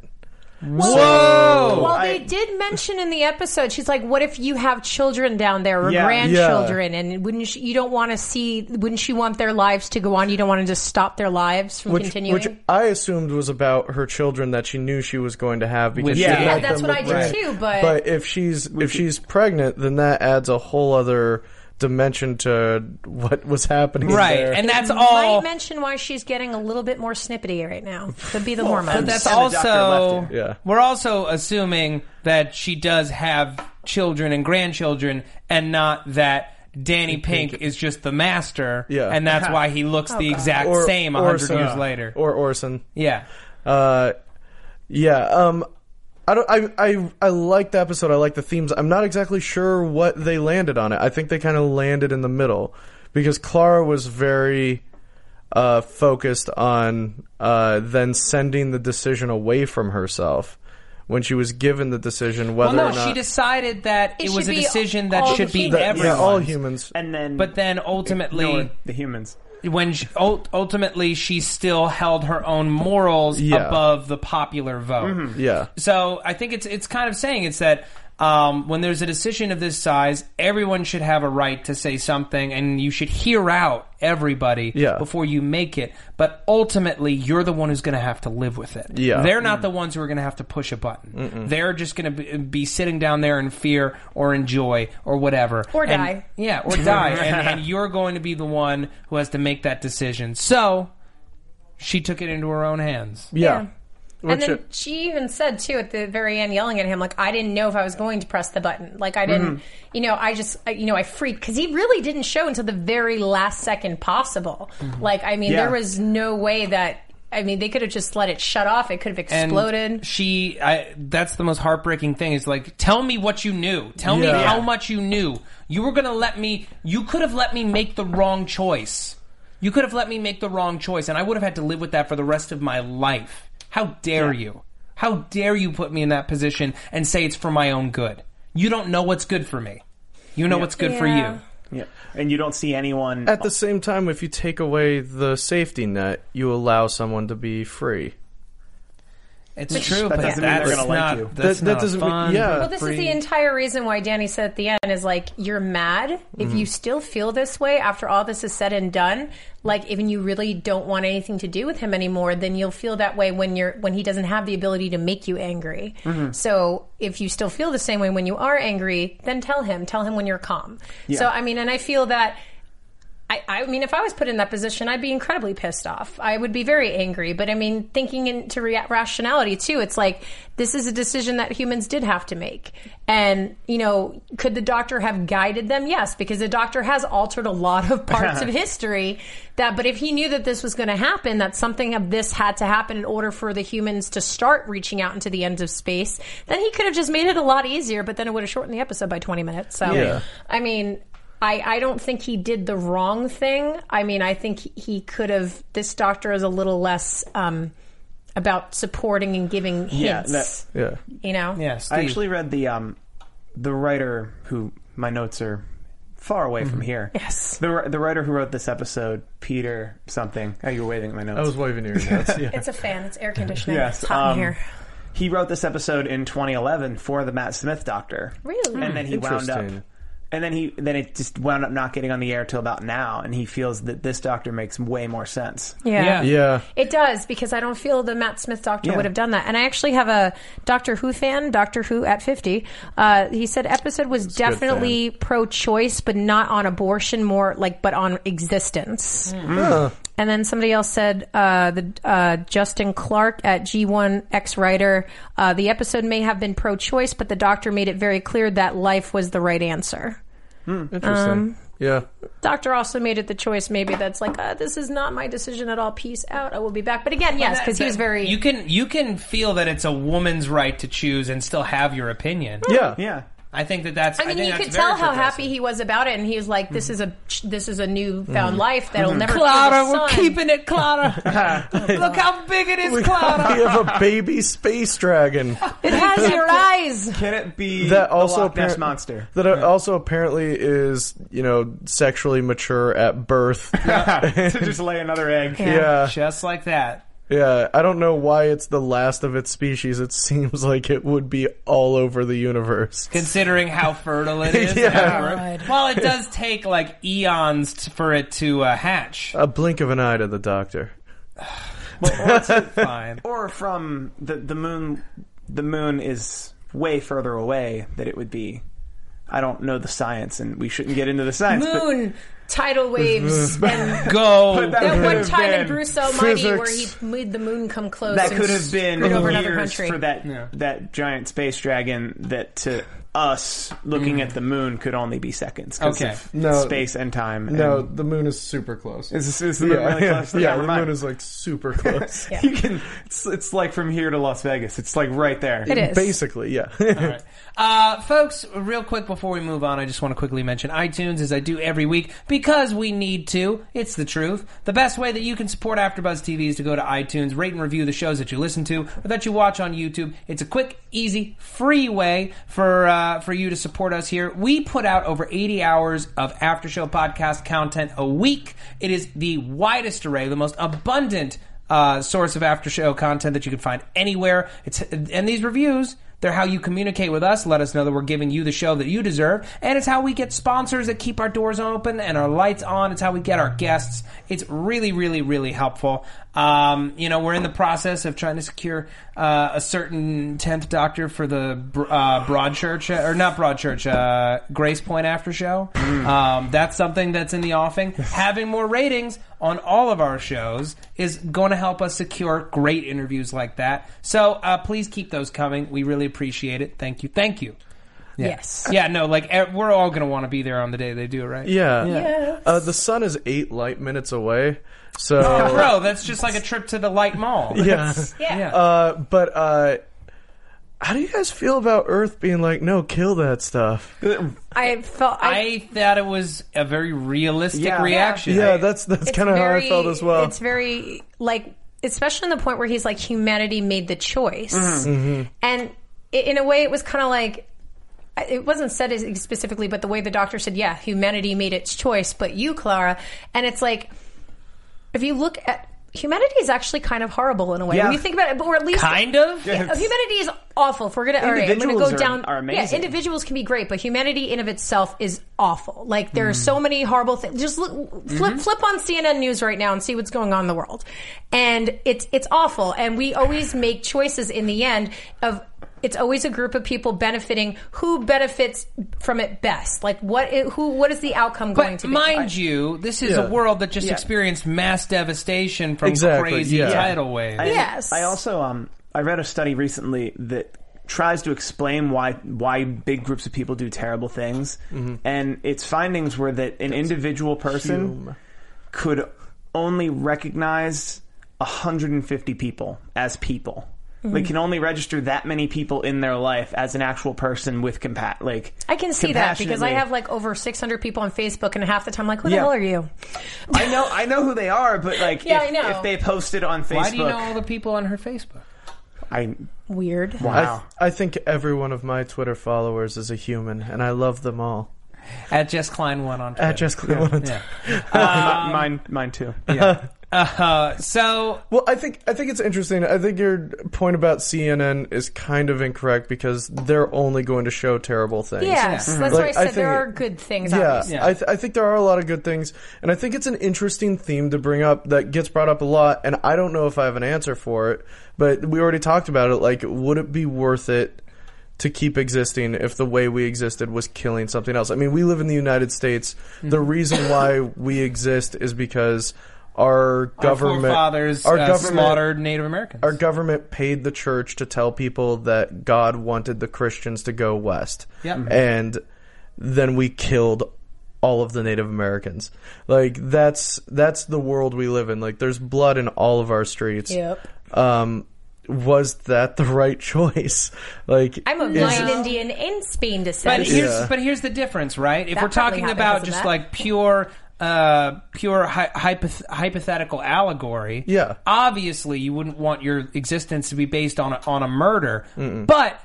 [SPEAKER 4] Oh.
[SPEAKER 3] Whoa! Well,
[SPEAKER 5] I-
[SPEAKER 3] they did mention in the episode, she's like, "What if you have children down there or
[SPEAKER 5] Yeah.
[SPEAKER 3] grandchildren, and wouldn't she, you don't want to see? Wouldn't she want their lives to go on? You don't want to just stop their lives from
[SPEAKER 4] Which,
[SPEAKER 3] continuing."
[SPEAKER 4] which I assumed was about her children that she knew she was going to have because she
[SPEAKER 2] Yeah.
[SPEAKER 4] had
[SPEAKER 2] Yeah,
[SPEAKER 4] met
[SPEAKER 3] that's
[SPEAKER 4] them
[SPEAKER 3] what I
[SPEAKER 4] with-
[SPEAKER 3] did too, but-
[SPEAKER 4] but if she's if she's pregnant, then that adds a whole other dimension to what was happening.
[SPEAKER 2] right
[SPEAKER 4] there.
[SPEAKER 2] and that's
[SPEAKER 3] might
[SPEAKER 2] all
[SPEAKER 3] mention why she's getting a little bit more snippety right now. Could be the hormones.
[SPEAKER 2] but that's
[SPEAKER 5] And the doctor
[SPEAKER 2] also
[SPEAKER 5] left
[SPEAKER 4] her. Yeah.
[SPEAKER 2] we're also assuming that she does have children and grandchildren and not that Danny Pink, is just the master
[SPEAKER 4] Yeah.
[SPEAKER 2] and that's why he looks the exact
[SPEAKER 4] Or-
[SPEAKER 2] same a
[SPEAKER 4] Orson-
[SPEAKER 2] 100 years later
[SPEAKER 4] or Orson.
[SPEAKER 2] yeah
[SPEAKER 4] Uh, yeah. Um, I don't. I, I I like the episode. I like the themes. I'm not exactly sure what they landed on it. I think they kind of landed in the middle because Clara was very uh, focused on uh, then sending the decision away from herself when she was given the decision whether
[SPEAKER 2] well
[SPEAKER 4] or
[SPEAKER 2] no
[SPEAKER 4] not
[SPEAKER 2] she decided that it,
[SPEAKER 3] It
[SPEAKER 2] was
[SPEAKER 3] should
[SPEAKER 2] a
[SPEAKER 3] be
[SPEAKER 2] decision that
[SPEAKER 3] all
[SPEAKER 2] should
[SPEAKER 3] the
[SPEAKER 2] be
[SPEAKER 3] humans.
[SPEAKER 4] that,
[SPEAKER 2] everyone
[SPEAKER 4] yeah, all humans.
[SPEAKER 5] and then
[SPEAKER 2] But then ultimately,
[SPEAKER 5] ignore the humans.
[SPEAKER 2] when she, ult- ultimately she still held her own morals
[SPEAKER 4] Yeah.
[SPEAKER 2] above the popular vote.
[SPEAKER 4] Yeah.
[SPEAKER 2] So I think it's it's kind of saying it's that um, when there's a decision of this size, everyone should have a right to say something, and you should hear out everybody
[SPEAKER 4] Yeah.
[SPEAKER 2] before you make it. But ultimately, you're the one who's going to have to live with it.
[SPEAKER 4] Yeah. Mm.
[SPEAKER 2] they're not the ones who are going to have to push a button. They're just going to be, be sitting down there in fear or in joy or whatever,
[SPEAKER 3] Or
[SPEAKER 2] And-
[SPEAKER 3] die.
[SPEAKER 2] Yeah, or die, and, and you're going to be the one who has to make that decision. So. She took it into her own hands.
[SPEAKER 4] Yeah.
[SPEAKER 3] And then she even said too at the very end, yelling at him, like, "I didn't know if I was going to press the button. Like, I didn't, you know, I just, I, you know, I freaked because he really didn't show until the very last second possible. Like, I mean,
[SPEAKER 5] Yeah.
[SPEAKER 3] there was no way that." I mean, they could have just let it shut off. It could have
[SPEAKER 2] And
[SPEAKER 3] exploded.
[SPEAKER 2] She, I, that's the most heartbreaking thing. Is like, tell me what you knew. Tell me
[SPEAKER 4] Yeah.
[SPEAKER 2] how much you knew. You were gonna let me. You could have let me make the wrong choice. You could have let me make the wrong choice, and I would have had to live with that for the rest of my life. How dare you? How dare you put me in that position and say it's for my own good? You don't know what's good for me. You know what's good for
[SPEAKER 3] Yeah.
[SPEAKER 2] you.
[SPEAKER 5] Yeah. And you don't see anyone.
[SPEAKER 4] At the same time, if you take away the safety net, you allow someone to be free.
[SPEAKER 2] It's true, but
[SPEAKER 5] doesn't mean they're
[SPEAKER 2] that's
[SPEAKER 5] gonna like
[SPEAKER 2] not.
[SPEAKER 5] you.
[SPEAKER 2] That's
[SPEAKER 4] That- that
[SPEAKER 2] not
[SPEAKER 4] doesn't mean-
[SPEAKER 2] fun.
[SPEAKER 4] yeah.
[SPEAKER 3] Well, this is the entire reason why Danny said at the end is like, you're mad if you still feel this way after all this is said and done. Like, even you really don't want anything to do with him anymore, then you'll feel that way when you're when he doesn't have the ability to make you angry. So, if you still feel the same way when you are angry, then tell him. Tell him when you're calm. So, I mean, and I feel that I, I mean, if I was put in that position, I'd be incredibly pissed off. I would be very angry. But I mean, thinking into rea- rationality too, it's like this is a decision that humans did have to make. And, you know, could the doctor have guided them? Yes, because the doctor has altered a lot of parts of history that, but if he knew that this was going to happen, that something of this had to happen in order for the humans to start reaching out into the ends of space, then he could have just made it a lot easier, but then it would have shortened the episode by 20 minutes. So,
[SPEAKER 4] Yeah.
[SPEAKER 3] I mean, I, I don't think he did the wrong thing. I mean, I think he- he could have. This doctor is a little less um, about supporting and giving
[SPEAKER 5] Yeah,
[SPEAKER 3] hints.
[SPEAKER 4] Yeah.
[SPEAKER 3] you know.
[SPEAKER 2] Yeah, Steve.
[SPEAKER 5] I actually read the um, the writer who my notes are far away from here.
[SPEAKER 3] Yes.
[SPEAKER 5] the wri- the writer who wrote this episode, Peter something. Oh, you were waving at my notes.
[SPEAKER 4] I was waving your nuts. Yeah.
[SPEAKER 3] It's a fan. It's air conditioning.
[SPEAKER 5] Yes,
[SPEAKER 3] it's hot
[SPEAKER 5] um,
[SPEAKER 3] in here.
[SPEAKER 5] he wrote this episode in 2011 for the Matt Smith Doctor.
[SPEAKER 3] Really?
[SPEAKER 5] And then he wound up.
[SPEAKER 4] Interesting.
[SPEAKER 5] And then he then it just wound up not getting on the air till about now, and he feels that this Doctor makes way more sense.
[SPEAKER 2] Yeah.
[SPEAKER 4] Yeah.
[SPEAKER 3] It does because I don't feel the Matt Smith doctor
[SPEAKER 5] Yeah.
[SPEAKER 3] would have done that. And I actually have a Doctor Who fan, Doctor Who at 50. Uh, he said episode was
[SPEAKER 4] good
[SPEAKER 3] definitely pro choice, but not on abortion, more like, but on existence. And then somebody else said uh, the uh, Justin Clark at G1X Writer, uh, the episode may have been pro choice, but the doctor made it very clear that life was the right answer.
[SPEAKER 4] Interesting.
[SPEAKER 5] Um,
[SPEAKER 4] yeah.
[SPEAKER 3] Doctor also made it the choice, maybe that's like, uh, this is not my decision at all. Peace out. I will be back. But again, yes, because he was very.
[SPEAKER 2] You can you can feel that it's a woman's right to choose and still have your opinion.
[SPEAKER 4] Yeah.
[SPEAKER 5] Yeah,
[SPEAKER 2] I think that that's.
[SPEAKER 3] I mean,
[SPEAKER 2] think
[SPEAKER 3] you
[SPEAKER 2] that's
[SPEAKER 3] could
[SPEAKER 2] very
[SPEAKER 3] tell how
[SPEAKER 2] progressive.
[SPEAKER 3] happy he was about it, and he was like, "This is a this is a newfound
[SPEAKER 5] Mm-hmm.
[SPEAKER 3] life that'll never." see
[SPEAKER 2] Clara,
[SPEAKER 3] the
[SPEAKER 2] we're
[SPEAKER 3] sun."
[SPEAKER 2] keeping it, Clara. Look how big it is,
[SPEAKER 4] We
[SPEAKER 2] Clara.
[SPEAKER 4] have a baby space dragon
[SPEAKER 3] It has your eyes.
[SPEAKER 5] can it be
[SPEAKER 4] that also
[SPEAKER 5] the Loch Ness
[SPEAKER 4] appar-
[SPEAKER 5] monster?
[SPEAKER 4] that also apparently is you know sexually mature at birth.
[SPEAKER 5] to just lay another egg. Uh,
[SPEAKER 4] yeah,
[SPEAKER 2] Just like that.
[SPEAKER 4] yeah. I don't know why it's the last of its species. It seems like it would be all over the universe.
[SPEAKER 2] Considering how fertile it is,
[SPEAKER 4] Yeah.
[SPEAKER 2] yeah. well, it does take like eons t- for it to uh, hatch.
[SPEAKER 4] A blink of an eye to the doctor.
[SPEAKER 2] Fine.
[SPEAKER 5] Or from the the moon, the moon is way further away that it would be. I don't know the science, and we shouldn't get into the science. but-
[SPEAKER 3] Moon, tidal waves, and
[SPEAKER 2] Go.
[SPEAKER 5] But Mm-hmm. that
[SPEAKER 3] that
[SPEAKER 5] could
[SPEAKER 3] one
[SPEAKER 5] have
[SPEAKER 3] time in
[SPEAKER 5] been
[SPEAKER 3] Bruce Almighty where he
[SPEAKER 4] physics.
[SPEAKER 3] made the moon come close.
[SPEAKER 5] that
[SPEAKER 3] and
[SPEAKER 5] could have been
[SPEAKER 3] screwed over another
[SPEAKER 5] years
[SPEAKER 3] country.
[SPEAKER 5] for that that giant space dragon that to us looking at the moon could only be seconds 'cause
[SPEAKER 2] Okay.
[SPEAKER 5] of
[SPEAKER 4] No.
[SPEAKER 5] space and time
[SPEAKER 4] No,
[SPEAKER 5] and
[SPEAKER 4] the moon is super close.
[SPEAKER 5] is, this- is the moon really close
[SPEAKER 4] yeah,
[SPEAKER 5] Never
[SPEAKER 4] the
[SPEAKER 5] mind.
[SPEAKER 4] moon is like super close.
[SPEAKER 5] you can it's, it's like from here to las vegas it's like right there
[SPEAKER 3] It is.
[SPEAKER 4] Basically, yeah.
[SPEAKER 2] Uh, folks, real quick before we move on, I just want to quickly mention iTunes as I do every week because we need to. It's the truth. The best way that you can support AfterBuzz TV is to go to iTunes, rate and review the shows that you listen to or that you watch on YouTube. It's a quick, easy, free way for uh, for you to support us here. We put out over 80 hours of after show podcast content a week. It is the widest array, the most abundant uh, source of after show content that you can find anywhere. It's and these reviews. They're how you communicate with us, let us know that we're giving you the show that you deserve, and it's how we get sponsors that keep our doors open and our lights on. It's how we get our guests. It's really, really, really helpful. Um, you know, we're in the process of trying to secure uh, a certain tenth doctor for the br- uh, Broadchurch or not Broadchurch, uh, Grace Point after show.
[SPEAKER 4] Mm.
[SPEAKER 2] Um, that's something that's in the offing. Having more ratings on all of our shows is going to help us secure great interviews like that. So uh, please keep those coming. We really appreciate it. Thank you. Thank you.
[SPEAKER 3] Yes.
[SPEAKER 2] Yeah, no, like eh, we're all going to want to be there on the day they do, right?
[SPEAKER 4] yeah.
[SPEAKER 3] Yes.
[SPEAKER 4] Uh, the sun is eight light minutes away. So
[SPEAKER 2] Bro, that's just like a trip to the light mall.
[SPEAKER 4] yeah.
[SPEAKER 3] Yeah.
[SPEAKER 2] Yeah.
[SPEAKER 4] Uh, but uh, how do you guys feel about Earth being like, no, kill that stuff?
[SPEAKER 3] I felt. I,
[SPEAKER 2] I thought it was a very realistic
[SPEAKER 5] Yeah.
[SPEAKER 2] reaction.
[SPEAKER 4] Yeah, that's that's
[SPEAKER 3] it's
[SPEAKER 4] kind of how I
[SPEAKER 3] very-
[SPEAKER 4] felt as well.
[SPEAKER 3] It's very like, especially in the point where he's like, humanity made the choice,
[SPEAKER 4] Mm-hmm.
[SPEAKER 3] and i in a way, it was kind of like. I- It wasn't said as- specifically, but the way the doctor said, "Yeah, humanity made its choice, but you, Clara," and it's like, if you look at humanity, is actually kind of horrible in a way.
[SPEAKER 5] Yeah.
[SPEAKER 3] When you think about it, but or at least
[SPEAKER 2] Kind of?
[SPEAKER 3] Yeah, humanity is awful. If we're gonna, all right, I'm gonna go
[SPEAKER 5] Individuals are-
[SPEAKER 3] down.
[SPEAKER 5] are amazing.
[SPEAKER 3] Yeah, individuals can be great, but humanity in of itself is awful. Like there are
[SPEAKER 5] Mm.
[SPEAKER 3] so many horrible things. Just look, flip,
[SPEAKER 5] Mm-hmm.
[SPEAKER 3] flip on CNN news right now and see what's going on in the world, and it's it's awful. And we always make choices in the end of. it's always a group of people benefiting. Who benefits from it best? Like what? It, who? What is the outcome going
[SPEAKER 2] But
[SPEAKER 3] to be?
[SPEAKER 2] mind you, this is
[SPEAKER 4] Yeah.
[SPEAKER 2] a world that just
[SPEAKER 5] Yeah.
[SPEAKER 2] experienced mass devastation from
[SPEAKER 4] Exactly,
[SPEAKER 2] crazy
[SPEAKER 4] yeah.
[SPEAKER 2] tidal waves.
[SPEAKER 5] I-
[SPEAKER 3] Yes.
[SPEAKER 5] I also um I read a study recently that tries to explain why why big groups of people do terrible things,
[SPEAKER 2] Mm-hmm.
[SPEAKER 5] and its findings were that an individual person could only recognize 150 people as people. They
[SPEAKER 3] Mm-hmm.
[SPEAKER 5] can only register that many people in their life as an actual person with compa- like
[SPEAKER 3] I can see that because I
[SPEAKER 5] compassionately.
[SPEAKER 3] have like over 600 people on Facebook, and half the time, I'm like, who the
[SPEAKER 5] Yeah.
[SPEAKER 3] hell are you?
[SPEAKER 5] I know I know who they are, but like
[SPEAKER 3] Yeah,
[SPEAKER 5] if,
[SPEAKER 3] I know.
[SPEAKER 5] if they posted on Facebook,
[SPEAKER 2] Why do you know all the people on her Facebook?
[SPEAKER 5] I
[SPEAKER 3] Weird.
[SPEAKER 4] I,
[SPEAKER 5] wow.
[SPEAKER 4] I think every one of my Twitter followers is a human, and I love them all.
[SPEAKER 2] At Jess Klein one on Twitter.
[SPEAKER 4] I just yeah.
[SPEAKER 5] Mi- mine mine too.
[SPEAKER 2] yeah. uh, so
[SPEAKER 4] Well, I think I think it's interesting. I think your point about CNN is kind of incorrect because they're only going to show terrible things.
[SPEAKER 3] Yes, that's
[SPEAKER 4] Like,
[SPEAKER 3] why I
[SPEAKER 4] I
[SPEAKER 3] said
[SPEAKER 4] think-
[SPEAKER 3] there are good things.
[SPEAKER 4] Yeah,
[SPEAKER 3] obviously.
[SPEAKER 4] I, th- I think there are a lot of good things, and I think it's an interesting theme to bring up that gets brought up a lot, and I don't know if I have an answer for it, but we already talked about it. Like, would it be worth it to keep existing if the way we existed was killing something else? I mean, we live in the United States.
[SPEAKER 3] Mm-hmm.
[SPEAKER 4] The reason why we exist is because our government,
[SPEAKER 2] our forefathers
[SPEAKER 4] our
[SPEAKER 2] uh,
[SPEAKER 4] government
[SPEAKER 2] slaughtered Native Americans.
[SPEAKER 4] our government paid the church to tell people that God wanted the Christians to go west.
[SPEAKER 2] Yep. Mhm.
[SPEAKER 4] And then we killed all of the Native Americans. Like that's that's the world we live in. Like there's blood in all of our streets.
[SPEAKER 3] Yep.
[SPEAKER 4] Um was that the right choice? Like
[SPEAKER 3] I'm a
[SPEAKER 4] is-
[SPEAKER 3] blind Indian in Spain
[SPEAKER 2] But
[SPEAKER 3] descent.
[SPEAKER 2] here's
[SPEAKER 4] Yeah.
[SPEAKER 2] but here's the difference, right? If
[SPEAKER 3] That
[SPEAKER 2] we're
[SPEAKER 3] probably
[SPEAKER 2] talking
[SPEAKER 3] happened,
[SPEAKER 2] about
[SPEAKER 3] hasn't
[SPEAKER 2] just
[SPEAKER 3] that?
[SPEAKER 2] like pure uh, pure hy- hypoth- hypothetical allegory,
[SPEAKER 4] Yeah.
[SPEAKER 2] Obviously, you wouldn't want your existence to be based on a, on a murder, but.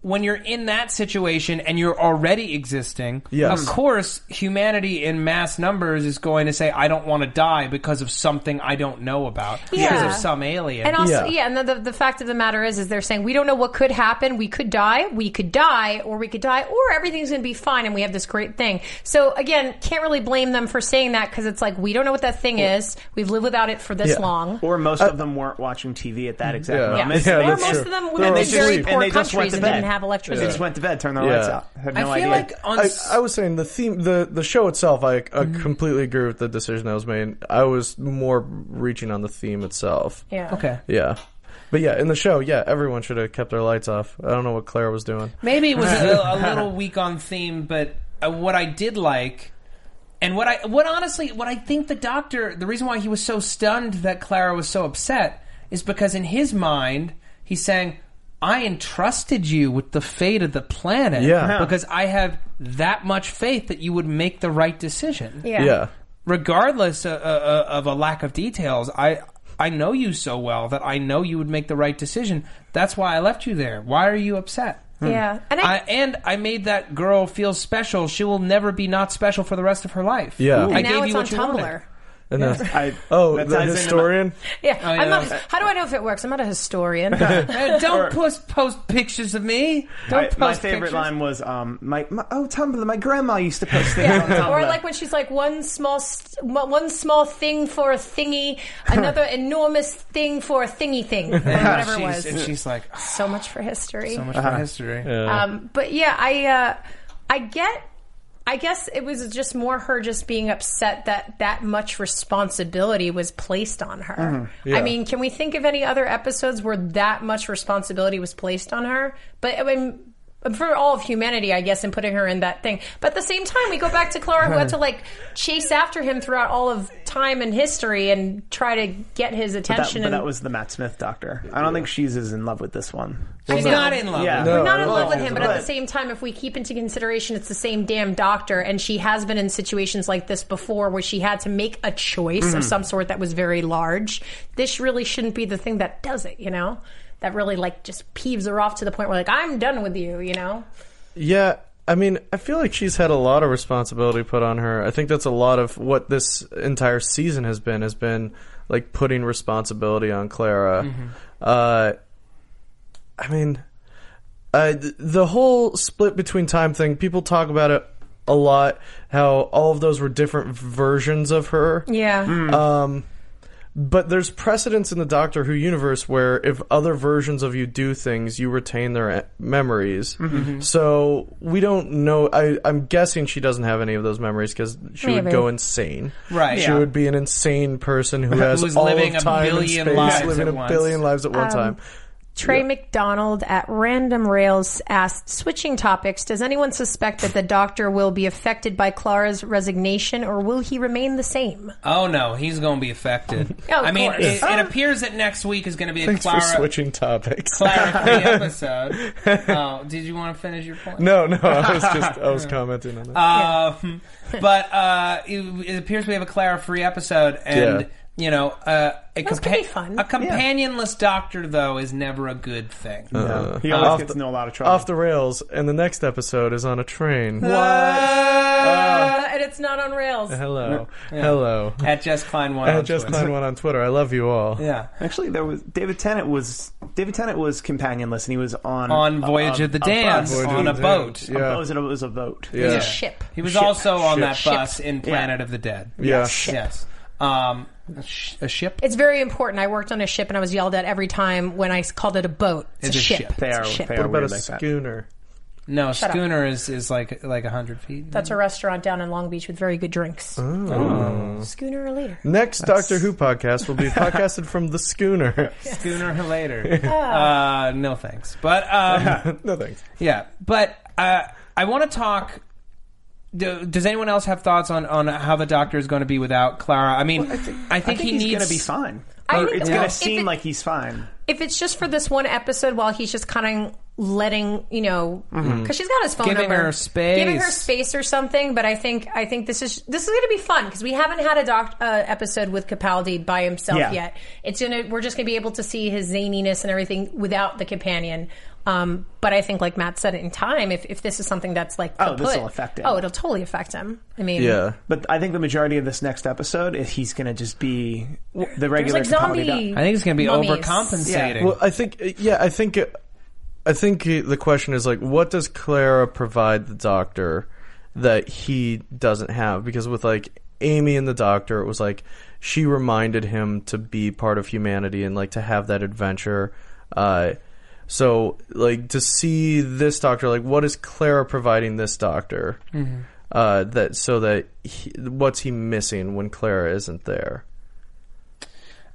[SPEAKER 2] When you're in that situation and you're already existing,
[SPEAKER 4] Yes.
[SPEAKER 2] of course, humanity in mass numbers is going to say, "I don't want to die because of something I don't know about, because
[SPEAKER 3] Yeah.
[SPEAKER 2] of some alien."
[SPEAKER 3] And also,
[SPEAKER 4] Yeah.
[SPEAKER 3] yeah, and the, the, the fact of the matter is, is they're saying we don't know what could happen. We could die, we could die, or we could die, or everything's going to be fine, and we have this great thing. So again, can't really blame them for saying that because it's like we don't know what that thing is. We've lived without it for this
[SPEAKER 4] Yeah.
[SPEAKER 3] long.
[SPEAKER 5] Or most of them weren't watching TV at that exact
[SPEAKER 4] Uh, Yeah.
[SPEAKER 5] moment.
[SPEAKER 4] Yeah,
[SPEAKER 3] or
[SPEAKER 4] that's
[SPEAKER 3] most
[SPEAKER 4] true.
[SPEAKER 3] of them
[SPEAKER 4] They're
[SPEAKER 3] lived in
[SPEAKER 4] all
[SPEAKER 3] very
[SPEAKER 4] asleep.
[SPEAKER 3] poor
[SPEAKER 5] And they just went
[SPEAKER 3] countries
[SPEAKER 5] to
[SPEAKER 3] and
[SPEAKER 5] bed.
[SPEAKER 3] didn't have electricity.
[SPEAKER 5] They just went to bed, turned their
[SPEAKER 4] Yeah.
[SPEAKER 5] lights out. Had
[SPEAKER 2] I
[SPEAKER 5] no
[SPEAKER 2] feel
[SPEAKER 5] idea.
[SPEAKER 2] like on
[SPEAKER 4] I,
[SPEAKER 2] s-
[SPEAKER 4] I was saying the theme, the the show itself. I, I
[SPEAKER 3] Mm-hmm.
[SPEAKER 4] completely agree with the decision that was made. I was more reaching on the theme itself.
[SPEAKER 3] Yeah.
[SPEAKER 2] okay,
[SPEAKER 4] Yeah. But yeah, in the show, yeah, everyone should have kept their lights off. I don't know what Claire was doing.
[SPEAKER 2] Maybe it was a, a little weak on theme, but uh, what I did like, and what I what honestly, what I think the doctor, the reason why he was so stunned that Clara was so upset is because in his mind he's saying, "I entrusted you with the fate of the planet,
[SPEAKER 4] Yeah.
[SPEAKER 2] because I have that much faith that you would make the right decision,
[SPEAKER 3] Yeah.
[SPEAKER 4] Yeah.
[SPEAKER 2] regardless uh, uh, uh, of a lack of details. I." I know you so well that I know you would make the right decision. That's why I left you there. Why are you upset?
[SPEAKER 3] Yeah. And I,
[SPEAKER 2] I, and I made that girl feel special. She will never be not special for the rest of her life.
[SPEAKER 4] Yeah. Ooh.
[SPEAKER 2] I
[SPEAKER 3] and now it's on
[SPEAKER 2] you wanted.
[SPEAKER 3] Tumblr.
[SPEAKER 4] And then,
[SPEAKER 5] I,
[SPEAKER 4] oh,
[SPEAKER 5] that
[SPEAKER 4] the
[SPEAKER 5] ties into my-
[SPEAKER 4] historian?
[SPEAKER 3] Yeah. I'm
[SPEAKER 2] yeah.
[SPEAKER 3] not, how do I know if it works? I'm not a historian.
[SPEAKER 2] Hey, Uh, don't
[SPEAKER 5] Or-
[SPEAKER 2] post, post pictures of me. Don't
[SPEAKER 5] I-
[SPEAKER 2] post
[SPEAKER 5] my favorite
[SPEAKER 2] pictures.
[SPEAKER 5] line was, um, my, my oh Tumblr, my grandma used to post things on Tumblr.
[SPEAKER 3] or like when she's like one small st- one one small thing for a thingy, another enormous thing for a thingy thing, or
[SPEAKER 2] And
[SPEAKER 3] whatever it
[SPEAKER 2] she's-
[SPEAKER 3] was.
[SPEAKER 2] And she's like, "Oh,
[SPEAKER 3] so much for history.
[SPEAKER 2] so much
[SPEAKER 5] Uh-huh.
[SPEAKER 2] for history.
[SPEAKER 3] Um, but yeah, I uh, I get. I guess it was just more her just being upset that that much responsibility was placed on her. I mean, can we think of any other episodes where that much responsibility was placed on her? But I mean, for all of humanity, I guess, and putting her in that thing. But at the same time, we go back to Clara, who had to like chase after him throughout all of time and history and try to get his
[SPEAKER 5] that,
[SPEAKER 3] attention.
[SPEAKER 5] but
[SPEAKER 3] and
[SPEAKER 5] that was the Matt Smith doctor. I don't think she's as in love with this one.
[SPEAKER 2] She's
[SPEAKER 3] know.
[SPEAKER 2] not in love.
[SPEAKER 5] Yeah.
[SPEAKER 2] with
[SPEAKER 4] No.
[SPEAKER 2] him.
[SPEAKER 3] We're not in
[SPEAKER 4] Well,
[SPEAKER 3] love with him, but at
[SPEAKER 5] but-
[SPEAKER 3] the same time, if we keep into consideration, it's the same damn doctor, and she has been in situations like this before where she had to make a choice
[SPEAKER 4] Mm.
[SPEAKER 3] of some sort that was very large. This really shouldn't be the thing that does it, you know? That really like just peeves her off to the point where like I'm done with you, you know?
[SPEAKER 4] Yeah. I mean, I feel like she's had a lot of responsibility put on her. I think that's a lot of what this entire season has been, has been like putting responsibility on Clara. Uh, I mean, uh, th- the whole split between time thing, people talk about it a lot, how all of those were different versions of her.
[SPEAKER 3] Yeah.
[SPEAKER 4] Um, But there's precedence in the Doctor Who universe where if other versions of you do things, you retain their e- memories.
[SPEAKER 2] Mm-hmm.
[SPEAKER 4] So we don't know. I, I'm guessing she doesn't have any of those memories because she would
[SPEAKER 3] Maybe.
[SPEAKER 4] go insane.
[SPEAKER 2] Right.
[SPEAKER 4] She
[SPEAKER 2] Yeah.
[SPEAKER 4] would be an insane person who has
[SPEAKER 2] Who's
[SPEAKER 4] all
[SPEAKER 2] living a
[SPEAKER 4] of time and
[SPEAKER 2] billion
[SPEAKER 4] space,
[SPEAKER 2] lives
[SPEAKER 4] living
[SPEAKER 2] at
[SPEAKER 4] a
[SPEAKER 2] once.
[SPEAKER 4] billion lives at one time.
[SPEAKER 3] Trey McDonald at Random Rails asked, switching topics, does anyone suspect that the doctor will be affected by Clara's resignation or will he remain the same?
[SPEAKER 2] Oh no, he's going to be affected.
[SPEAKER 3] Oh, of
[SPEAKER 2] I mean,
[SPEAKER 3] course.
[SPEAKER 2] it, it appears that next week is going to be a
[SPEAKER 4] Thanks for
[SPEAKER 2] Clara
[SPEAKER 4] switching topics.
[SPEAKER 2] Clara Clay episode. Oh, did you want to finish your point?
[SPEAKER 4] No, no, I was just I was commenting on that.
[SPEAKER 2] Um, but uh, it, it appears we have a Clara free episode, and
[SPEAKER 4] Yeah.
[SPEAKER 2] you know, uh, a,
[SPEAKER 3] That's gonna be fun.
[SPEAKER 2] a companionless doctor though is never a good thing.
[SPEAKER 5] No. He always
[SPEAKER 4] Off
[SPEAKER 5] gets
[SPEAKER 4] the-
[SPEAKER 5] into a lot of trouble.
[SPEAKER 4] Off the rails, and the next episode is on a train.
[SPEAKER 2] Uh,
[SPEAKER 3] Uh, and it's not on rails.
[SPEAKER 4] Hello, hello.
[SPEAKER 2] at Jess Klein one.
[SPEAKER 4] I
[SPEAKER 2] on
[SPEAKER 4] had just
[SPEAKER 2] Twitter.
[SPEAKER 4] climbed one on Twitter. I love you all.
[SPEAKER 2] Yeah.
[SPEAKER 5] Actually, there was David Tennant was David Tennant was companionless, and he was on
[SPEAKER 2] On Voyage
[SPEAKER 5] a-
[SPEAKER 2] of the
[SPEAKER 5] a
[SPEAKER 2] Dance
[SPEAKER 5] bus.
[SPEAKER 4] Voyage
[SPEAKER 2] on a
[SPEAKER 4] of the Damned.
[SPEAKER 2] boat.
[SPEAKER 5] Oh,
[SPEAKER 4] Yeah,
[SPEAKER 5] was it, a- it was a boat.
[SPEAKER 4] yeah,
[SPEAKER 3] It's a ship.
[SPEAKER 2] He was
[SPEAKER 5] Ship.
[SPEAKER 2] also on
[SPEAKER 4] Ship.
[SPEAKER 2] that
[SPEAKER 3] Ship.
[SPEAKER 2] bus in Planet of the Dead.
[SPEAKER 4] yeah.
[SPEAKER 2] Yes. Um, a, sh- a ship.
[SPEAKER 3] It's very important. I worked on a ship and I was yelled at every time when I s- called it a boat. It's,
[SPEAKER 2] It's
[SPEAKER 3] a,
[SPEAKER 2] a
[SPEAKER 3] ship.
[SPEAKER 2] ship.
[SPEAKER 5] They
[SPEAKER 3] It's
[SPEAKER 5] are-
[SPEAKER 3] a ship.
[SPEAKER 5] they
[SPEAKER 4] What
[SPEAKER 5] are-
[SPEAKER 4] about a
[SPEAKER 5] Weird like that.
[SPEAKER 4] schooner?
[SPEAKER 2] No, a
[SPEAKER 3] Shut up.
[SPEAKER 2] schooner is, is like like hundred feet.
[SPEAKER 3] That's a restaurant down in Long Beach with very good drinks. Oh. Schooner or later.
[SPEAKER 4] Next Doctor Who podcast will be podcasted from the schooner.
[SPEAKER 2] schooner or later.
[SPEAKER 3] Oh.
[SPEAKER 2] uh, no thanks. But um,
[SPEAKER 4] no thanks.
[SPEAKER 2] Yeah, but uh, I want to talk. Do, does anyone else have thoughts on, on how the doctor is going to be without Clara? I mean, I think, he
[SPEAKER 5] he's
[SPEAKER 2] needs
[SPEAKER 5] gonna be fine.
[SPEAKER 3] I
[SPEAKER 5] Or
[SPEAKER 3] think
[SPEAKER 5] it's
[SPEAKER 3] that-
[SPEAKER 5] gonna
[SPEAKER 3] if
[SPEAKER 5] seem
[SPEAKER 3] it-
[SPEAKER 5] like he's fine.
[SPEAKER 3] If it's just for this one episode while he's just kind of letting, you know, because she's got his phone
[SPEAKER 2] Giving
[SPEAKER 3] number.
[SPEAKER 2] her space.
[SPEAKER 3] Giving her space or something, but I think I think this is this is going to be fun because we haven't had a doc uh, episode with Capaldi by himself
[SPEAKER 5] Yeah.
[SPEAKER 3] yet. It's gonna we're just gonna be able to see his zaniness and everything without the companion. Um, but I think, like Matt said, in time, if, if this is something that's like
[SPEAKER 5] Oh, this'll
[SPEAKER 3] kaput-
[SPEAKER 5] affect him.
[SPEAKER 3] Oh, it'll totally affect him. I mean,
[SPEAKER 4] Yeah,
[SPEAKER 5] But I think the majority of this next episode, is he's going to just be the
[SPEAKER 3] there's
[SPEAKER 5] regular
[SPEAKER 3] like zombie.
[SPEAKER 5] Capaldi doc.
[SPEAKER 2] I think he's going to be
[SPEAKER 3] mummies.
[SPEAKER 2] overcompensating.
[SPEAKER 4] Well, I think yeah, I think I think the question is like, what does Clara provide the Doctor that he doesn't have? Because with like Amy and the Doctor, it was like she reminded him to be part of humanity and like to have that adventure. Uh, so like to see this Doctor, like what is Clara providing this Doctor? Uh, that so that he, what's he missing when Clara isn't there?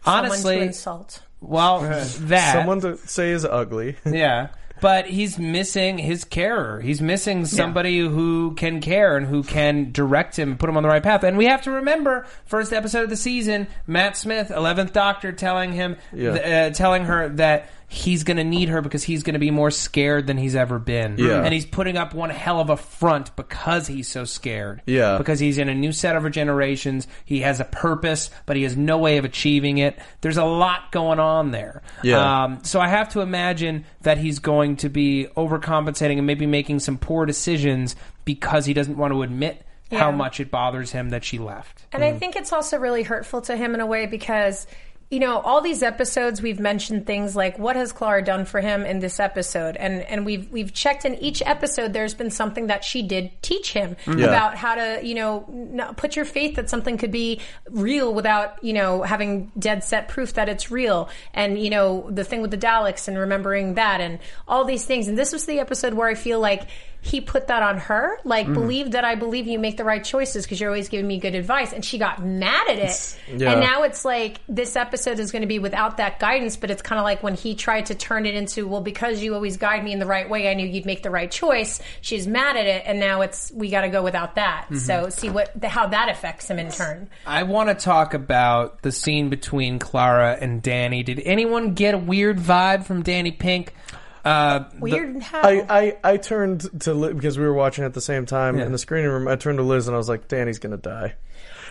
[SPEAKER 3] someone to
[SPEAKER 2] Honestly,
[SPEAKER 3] insult.
[SPEAKER 2] well, that
[SPEAKER 4] Someone to say is ugly.
[SPEAKER 2] yeah. But he's missing his carer. He's missing somebody who can care and who can direct him, put him on the right path. And we have to remember, first episode of the season, Matt Smith, eleventh Doctor, telling him,
[SPEAKER 4] Yeah.
[SPEAKER 2] th- uh, telling her that he's going to need her because he's going to be more scared than he's ever been.
[SPEAKER 4] Yeah.
[SPEAKER 2] And he's putting up one hell of a front because he's so scared.
[SPEAKER 4] Yeah.
[SPEAKER 2] Because he's in a new set of generations. He has a purpose, but he has no way of achieving it. There's a lot going on there.
[SPEAKER 4] Yeah.
[SPEAKER 2] Um, so I have to imagine that he's going to be overcompensating and maybe making some poor decisions because he doesn't want to admit how
[SPEAKER 3] Yeah.
[SPEAKER 2] much it bothers him that she left.
[SPEAKER 3] And I think it's also really hurtful to him in a way because, you know, all these episodes we've mentioned things like what has Clara done for him in this episode, and and we've we've checked in each episode. There's been something that she did teach him about how to, you know, not put your faith that something could be real without, you know, having dead set proof that it's real. And you know, the thing with the Daleks and remembering that and all these things. And this was the episode where I feel like he put that on her. Like, believe that I believe you make the right choices because you're always giving me good advice. And she got mad at it.
[SPEAKER 4] Yeah.
[SPEAKER 3] And now it's like this episode is going to be without that guidance, but it's kind of like when he tried to turn it into, well, because you always guide me in the right way, I knew you'd make the right choice. She's mad at it. And now it's, we got to go without that.
[SPEAKER 4] Mm-hmm.
[SPEAKER 3] So see what, how that affects him in turn.
[SPEAKER 2] I want to talk about the scene between Clara and Danny. Did anyone get a weird vibe from Danny Pink? Uh,
[SPEAKER 3] Weird how.
[SPEAKER 4] I, I, I turned to Liz because we were watching at the same time in the screening room. I turned to Liz and I was like, "Danny's gonna die."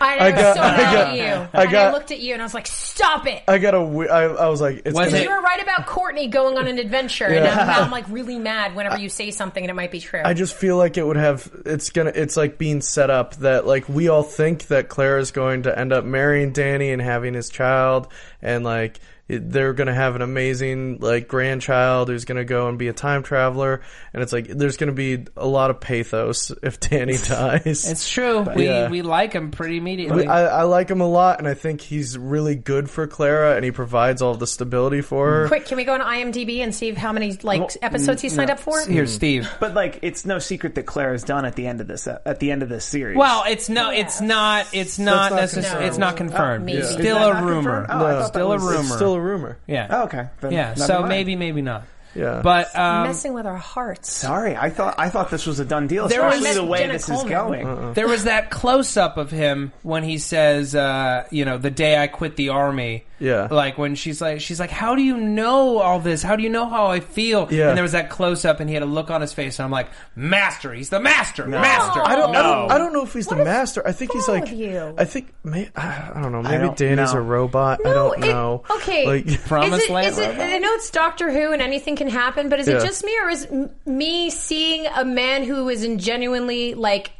[SPEAKER 3] I,
[SPEAKER 4] I
[SPEAKER 3] was
[SPEAKER 4] got-
[SPEAKER 3] so
[SPEAKER 4] I
[SPEAKER 3] mad
[SPEAKER 4] got-
[SPEAKER 3] at you.
[SPEAKER 4] I
[SPEAKER 3] and I
[SPEAKER 4] got-
[SPEAKER 3] looked at you and I was like, stop it.
[SPEAKER 4] I got a. we- I, I was like, "It's
[SPEAKER 2] Was
[SPEAKER 4] gonna."
[SPEAKER 2] it-
[SPEAKER 3] you were right about Courtney going on an adventure, and now, now I'm like really mad whenever you say something and it might be true.
[SPEAKER 4] I just feel like it would have. It's gonna. It's like being set up that like we all think that Claire is going to end up marrying Danny and having his child, and like it- they're gonna have an amazing like grandchild who's gonna go and be a time traveler, and it's like there's gonna be a lot of pathos if Danny dies.
[SPEAKER 2] It's true. We
[SPEAKER 4] Yeah.
[SPEAKER 2] we like him pretty immediately.
[SPEAKER 4] I, I like him a lot, and I think he's really good for Clara, and he provides all the stability for her.
[SPEAKER 3] Quick, can we go on IMDb and see how many like
[SPEAKER 5] Well,
[SPEAKER 3] episodes he signed
[SPEAKER 5] no.
[SPEAKER 3] up for?
[SPEAKER 2] Here's Steve.
[SPEAKER 5] But like, it's no secret that Claire's done at the end of this uh, at the end of this series.
[SPEAKER 2] Well, it's no, it's not, it's not,
[SPEAKER 4] not
[SPEAKER 2] necessarily,
[SPEAKER 3] confirmed.
[SPEAKER 2] it's not confirmed.
[SPEAKER 3] Oh, maybe.
[SPEAKER 2] It's
[SPEAKER 3] Is
[SPEAKER 2] still
[SPEAKER 5] that
[SPEAKER 2] a
[SPEAKER 5] not
[SPEAKER 2] rumor.
[SPEAKER 5] confirmed? Oh, I No. thought
[SPEAKER 2] still a
[SPEAKER 5] that was-
[SPEAKER 2] rumor.
[SPEAKER 4] It's Uh, still a rumor.
[SPEAKER 2] yeah.
[SPEAKER 5] Oh, okay. Then
[SPEAKER 2] yeah.
[SPEAKER 5] never
[SPEAKER 2] So
[SPEAKER 5] mind.
[SPEAKER 2] maybe, maybe not.
[SPEAKER 4] Yeah.
[SPEAKER 2] But um,
[SPEAKER 3] Messing with our hearts.
[SPEAKER 5] Sorry, I thought I thought this was a done deal,
[SPEAKER 2] There
[SPEAKER 5] especially
[SPEAKER 2] was-
[SPEAKER 5] the way
[SPEAKER 3] Jenna
[SPEAKER 5] this
[SPEAKER 3] Coleman.
[SPEAKER 5] is going.
[SPEAKER 2] there was that close up of him when he says, uh, you know, the day I quit the army.
[SPEAKER 4] Yeah.
[SPEAKER 2] Like when she's like, she's like, how do you know all this? How do you know how I feel?
[SPEAKER 4] Yeah.
[SPEAKER 2] And there was that close up, and he had a look on his face, and I'm like, master. He's the master. Master.
[SPEAKER 4] I don't, I
[SPEAKER 5] No.
[SPEAKER 4] don't. I don't know if he's
[SPEAKER 3] What
[SPEAKER 4] the
[SPEAKER 3] is
[SPEAKER 4] master. I think he's
[SPEAKER 3] wrong
[SPEAKER 4] like.
[SPEAKER 3] with you?
[SPEAKER 4] I think. May, I I don't know. Maybe
[SPEAKER 5] don't
[SPEAKER 4] Danny's
[SPEAKER 5] know.
[SPEAKER 4] a robot. I don't
[SPEAKER 3] it-
[SPEAKER 4] know.
[SPEAKER 3] Okay.
[SPEAKER 4] Like.
[SPEAKER 2] Promised
[SPEAKER 3] is it,
[SPEAKER 2] land
[SPEAKER 3] is it,
[SPEAKER 2] robot.
[SPEAKER 3] I know it's Doctor Who and anything can happen, but is
[SPEAKER 4] Yeah.
[SPEAKER 3] it just me or is m- me seeing a man who is in genuinely like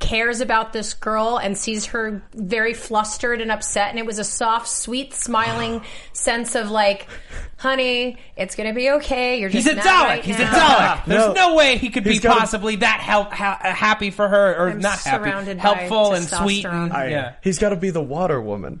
[SPEAKER 3] cares about this girl and sees her very flustered and upset and it was a soft, sweet, smiling sense of like, honey, it's gonna be okay. You're just
[SPEAKER 2] He's a
[SPEAKER 3] mad
[SPEAKER 2] Dalek.
[SPEAKER 3] right
[SPEAKER 2] He's a
[SPEAKER 3] now."
[SPEAKER 2] Dalek. There's no,
[SPEAKER 4] No.
[SPEAKER 2] way he could be
[SPEAKER 4] He's gotta-
[SPEAKER 2] possibly that help, ha- happy for her, or
[SPEAKER 3] I'm
[SPEAKER 2] not happy,
[SPEAKER 3] surrounded by
[SPEAKER 2] helpful and sweet.
[SPEAKER 3] testosterone.
[SPEAKER 2] And,
[SPEAKER 5] I-
[SPEAKER 2] yeah.
[SPEAKER 4] He's got to be the water woman.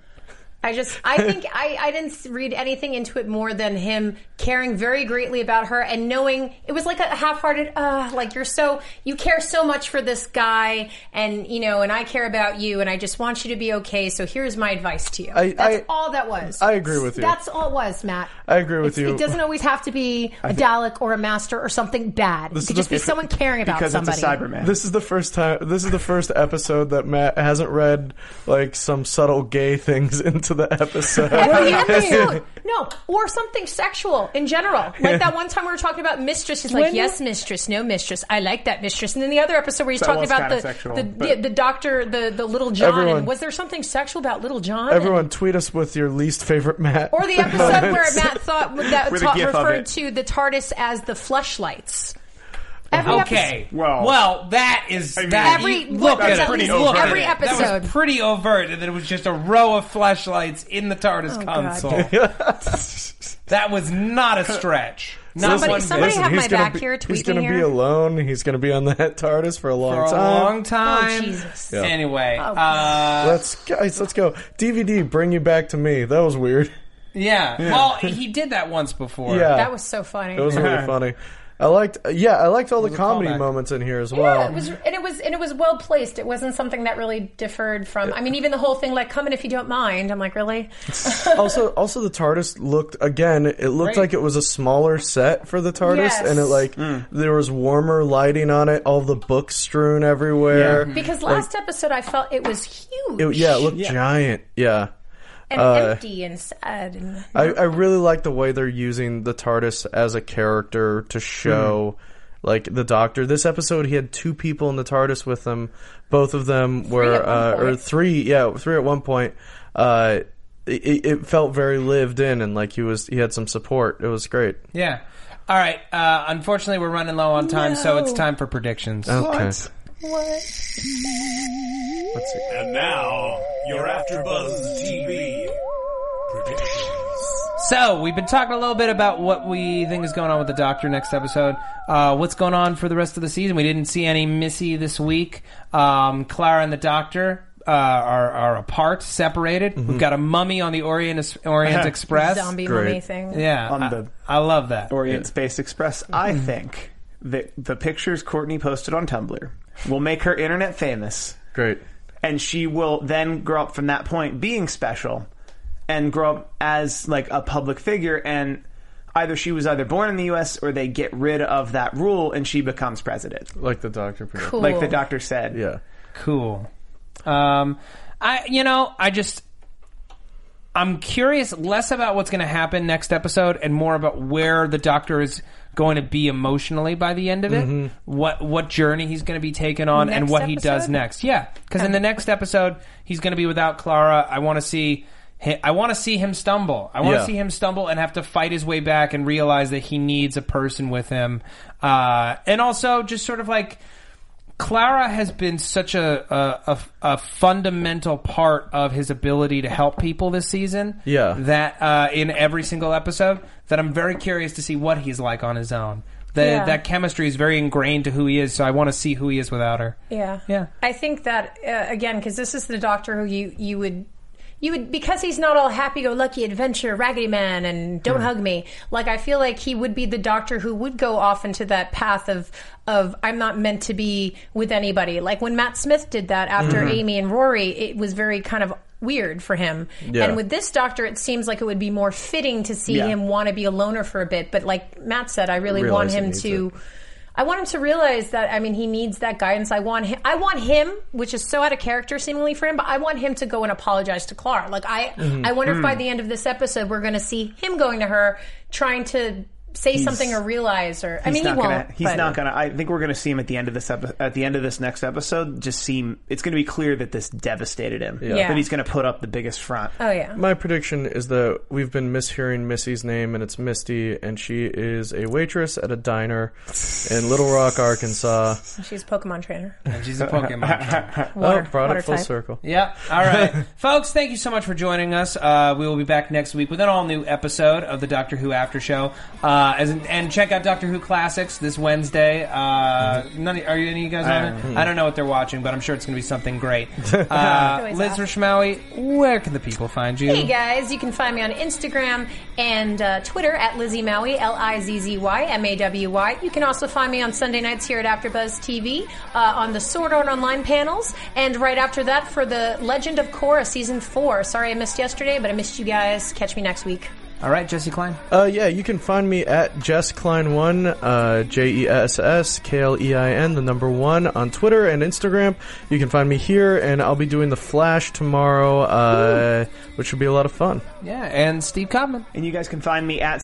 [SPEAKER 3] I just, I think I, I didn't s- read anything into it more than him caring very greatly about her and knowing it was like a half-hearted, uh, like you're so, you care so much for this guy and, you know, and I care about you and I just want you to be okay. So here's my advice to you.
[SPEAKER 4] I-
[SPEAKER 3] That's
[SPEAKER 4] I-
[SPEAKER 3] all that was.
[SPEAKER 4] I agree with you.
[SPEAKER 3] That's all it was, Matt.
[SPEAKER 4] I agree with
[SPEAKER 3] It's-
[SPEAKER 4] you.
[SPEAKER 3] It doesn't always have to be a Dalek or a master or something bad. It
[SPEAKER 4] This
[SPEAKER 3] could
[SPEAKER 4] is
[SPEAKER 3] just be
[SPEAKER 4] the-
[SPEAKER 3] someone caring about
[SPEAKER 5] Because
[SPEAKER 3] somebody.
[SPEAKER 5] it's a Cyberman.
[SPEAKER 4] This is the first time. This is the first episode that Matt hasn't read like some subtle gay things into the episode.
[SPEAKER 3] Every episode. No, or something sexual in general. Like that one time we were talking about mistress. She's like, yes, mistress, no mistress. I like that mistress. And then the other episode where he's
[SPEAKER 5] That
[SPEAKER 3] talking
[SPEAKER 5] was
[SPEAKER 3] about
[SPEAKER 5] kinda
[SPEAKER 3] the,
[SPEAKER 5] sexual,
[SPEAKER 3] the, the
[SPEAKER 5] but-
[SPEAKER 3] the doctor, the the little John.
[SPEAKER 4] Everyone-
[SPEAKER 3] and was there something sexual about little John?
[SPEAKER 4] Everyone, tweet us with your least favorite Matt.
[SPEAKER 3] or the episode where Matt thought that
[SPEAKER 5] With a
[SPEAKER 3] taught,
[SPEAKER 5] gif of
[SPEAKER 3] referred
[SPEAKER 5] it.
[SPEAKER 3] to the TARDIS as the fleshlights.
[SPEAKER 5] Oh,
[SPEAKER 3] Every
[SPEAKER 2] Okay.
[SPEAKER 5] Well-
[SPEAKER 2] well, that is
[SPEAKER 5] mean,
[SPEAKER 2] that.
[SPEAKER 3] Every-
[SPEAKER 2] you look
[SPEAKER 3] that's
[SPEAKER 2] at it.
[SPEAKER 3] pretty
[SPEAKER 2] look at
[SPEAKER 3] overt.
[SPEAKER 2] it.
[SPEAKER 3] Every
[SPEAKER 2] That was
[SPEAKER 3] episode.
[SPEAKER 2] pretty overt, and then it was just a row of flashlights in the TARDIS
[SPEAKER 3] Oh, God.
[SPEAKER 2] console. that was not a stretch. Not
[SPEAKER 3] Somebody-
[SPEAKER 2] one bit.
[SPEAKER 3] somebody have
[SPEAKER 4] he's
[SPEAKER 3] my
[SPEAKER 4] gonna
[SPEAKER 3] back
[SPEAKER 4] be,
[SPEAKER 3] here,
[SPEAKER 4] He's
[SPEAKER 3] tweet
[SPEAKER 4] gonna
[SPEAKER 3] me
[SPEAKER 4] be
[SPEAKER 3] here.
[SPEAKER 4] alone. He's gonna be on that TARDIS for a long
[SPEAKER 2] for a
[SPEAKER 4] time.
[SPEAKER 2] long time.
[SPEAKER 3] Oh, Jesus. Yeah.
[SPEAKER 2] Anyway,
[SPEAKER 3] Oh,
[SPEAKER 2] uh,
[SPEAKER 4] Let's guys, let's go. DVD, bring you back to me. That was weird.
[SPEAKER 2] yeah. Well, he did that once before.
[SPEAKER 4] Yeah,
[SPEAKER 3] That was so funny.
[SPEAKER 4] It was really funny. I liked, yeah, I liked all the comedy
[SPEAKER 2] callback.
[SPEAKER 4] moments in here as well.
[SPEAKER 3] Yeah, it was, and it was, and it was well placed. It wasn't something that really differed from. I mean, even the whole thing, like, come in if you don't mind. I'm like, really?
[SPEAKER 4] also, also the TARDIS looked again. It
[SPEAKER 2] Great.
[SPEAKER 4] looked
[SPEAKER 2] Hmm.
[SPEAKER 4] like it was a smaller set for the TARDIS,
[SPEAKER 3] Yes.
[SPEAKER 4] and it like there was warmer lighting on it. All the books strewn everywhere.
[SPEAKER 3] Because last episode, I felt it was huge
[SPEAKER 4] It- yeah, it looked giant. Yeah.
[SPEAKER 3] and
[SPEAKER 4] uh,
[SPEAKER 3] empty and sad. And
[SPEAKER 4] I, I really like the way they're using the TARDIS as a character to show
[SPEAKER 3] Hmm.
[SPEAKER 4] like the doctor. This episode he had two people in the TARDIS with him. Both of them were
[SPEAKER 3] at one
[SPEAKER 4] uh, or
[SPEAKER 3] point.
[SPEAKER 4] three, yeah, three at one point. Uh it, it felt very lived in and like he was he had some support. It was great.
[SPEAKER 2] Yeah. All right. Uh, unfortunately, we're running low on time, so it's time for predictions.
[SPEAKER 4] Okay.
[SPEAKER 7] And now, your AfterBuzz TV predictions.
[SPEAKER 2] So we've been talking a little bit about what we think is going on with the Doctor next episode. Uh, what's going on for the rest of the season? We didn't see any Missy this week. Um, Clara and the Doctor uh, are, are apart, separated.
[SPEAKER 5] Mm-hmm.
[SPEAKER 2] We've got a mummy on the Orient Orient Express.
[SPEAKER 3] zombie
[SPEAKER 4] great.
[SPEAKER 3] mummy thing.
[SPEAKER 2] Yeah,
[SPEAKER 5] On
[SPEAKER 2] I-
[SPEAKER 5] the-
[SPEAKER 2] I, love that.
[SPEAKER 5] Orient Space Express.
[SPEAKER 2] Mm-hmm.
[SPEAKER 5] I think that the pictures Courtney posted on Tumblr will make her internet famous,
[SPEAKER 4] Great.
[SPEAKER 5] and she will then grow up from that point being special, and grow up as like a public figure. And either she was either born in the U.S. or they get rid of that rule and she becomes president,
[SPEAKER 4] Like the doctor predicted.
[SPEAKER 3] Cool.
[SPEAKER 5] like the doctor said.
[SPEAKER 4] Yeah.
[SPEAKER 2] Cool. Um, I you know I just I'm curious less about what's going to happen next episode and more about where the Doctor is going to be emotionally by the end of it. What what journey he's going to be taken on and
[SPEAKER 3] Next
[SPEAKER 2] what he does
[SPEAKER 3] episode?
[SPEAKER 2] next. Yeah, because in the next episode he's going to be without Clara. I want to see. hi- I want to see him stumble. I want to
[SPEAKER 4] Yeah.
[SPEAKER 2] see him stumble and have to fight his way back and realize that he needs a person with him. Uh, and also just sort of like Clara has been such a, a, a, a fundamental part of his ability to help people this season.
[SPEAKER 4] Yeah.
[SPEAKER 2] That uh, in every single episode, that I'm very curious to see what he's like on his own. The,
[SPEAKER 3] Yeah.
[SPEAKER 2] That chemistry is very ingrained to who he is, so I want to see who he is without her.
[SPEAKER 3] Yeah,
[SPEAKER 2] Yeah.
[SPEAKER 3] I think that uh, again because this is the Doctor who you you would you would because he's not all happy-go-lucky adventure raggedy man and don't hug me. Like I feel like he would be the Doctor who would go off into that path of of I'm not meant to be with anybody. Like when Matt Smith did that after Amy and Rory, it was very kind of weird for him.
[SPEAKER 4] Yeah.
[SPEAKER 3] And with this Doctor, it seems like it would be more fitting to see
[SPEAKER 6] Yeah.
[SPEAKER 3] him want to be a loner for a bit. But like Matt said, I really
[SPEAKER 4] Realize
[SPEAKER 3] want
[SPEAKER 4] he
[SPEAKER 3] him
[SPEAKER 4] needs
[SPEAKER 3] to.
[SPEAKER 4] it.
[SPEAKER 3] I want him to realize that I mean he needs that guidance. I want him I want him, which is so out of character seemingly for him, but I want him to go and apologize to Clara. Like I
[SPEAKER 5] Mm-hmm.
[SPEAKER 3] I wonder if
[SPEAKER 5] Mm.
[SPEAKER 3] by the end of this episode we're gonna see him going to her trying to say something or realize or I mean he
[SPEAKER 5] not
[SPEAKER 3] won't.
[SPEAKER 5] gonna. He's
[SPEAKER 3] but-
[SPEAKER 5] not gonna. I think we're gonna see him at the end of this epi- at the end of this next episode. Just seem. It's gonna be clear that this devastated him.
[SPEAKER 3] Yeah.
[SPEAKER 5] That he's gonna put up the biggest front.
[SPEAKER 3] Oh yeah.
[SPEAKER 4] My prediction is that we've been mishearing Missy's name, and it's Misty, and she is a waitress at a diner in Little Rock, Arkansas.
[SPEAKER 3] She's a Pokemon trainer.
[SPEAKER 2] And she's a Pokemon.
[SPEAKER 4] oh, brought
[SPEAKER 3] water
[SPEAKER 4] it full
[SPEAKER 3] type.
[SPEAKER 4] circle.
[SPEAKER 2] Yeah. All right. Folks, thank you so much for joining us. Uh, we will be back next week with an all new episode of the Doctor Who After Show. Uh, as in, and check out Doctor Who Classics this Wednesday. Uh, none, of- are you, any of you guys on it? I don't know what they're watching, but I'm sure it's going to be something great. Uh,
[SPEAKER 3] always
[SPEAKER 2] Liz
[SPEAKER 3] awesome.
[SPEAKER 2] Rishmawi, where can the people find you?
[SPEAKER 3] Hey guys, you can find me on Instagram and uh, Twitter at Lizzie Maui, L I Z Z Y M A W Y. You can also find me on Sunday nights here at AfterBuzz TV uh, on the Sword Art Online panels, and right after that for the Legend of Korra season four. Sorry I missed yesterday, but I missed you guys. Catch me next week.
[SPEAKER 2] All right, Jesse Klein.
[SPEAKER 4] Uh, yeah, you can find me at Jess Klein One, uh, J E S S K L E I N, the number one on Twitter and Instagram. You can find me here, and I'll be doing the Flash tomorrow, uh, which should be a lot of fun.
[SPEAKER 2] Yeah, and Steve Cobman.
[SPEAKER 5] And you guys can find me at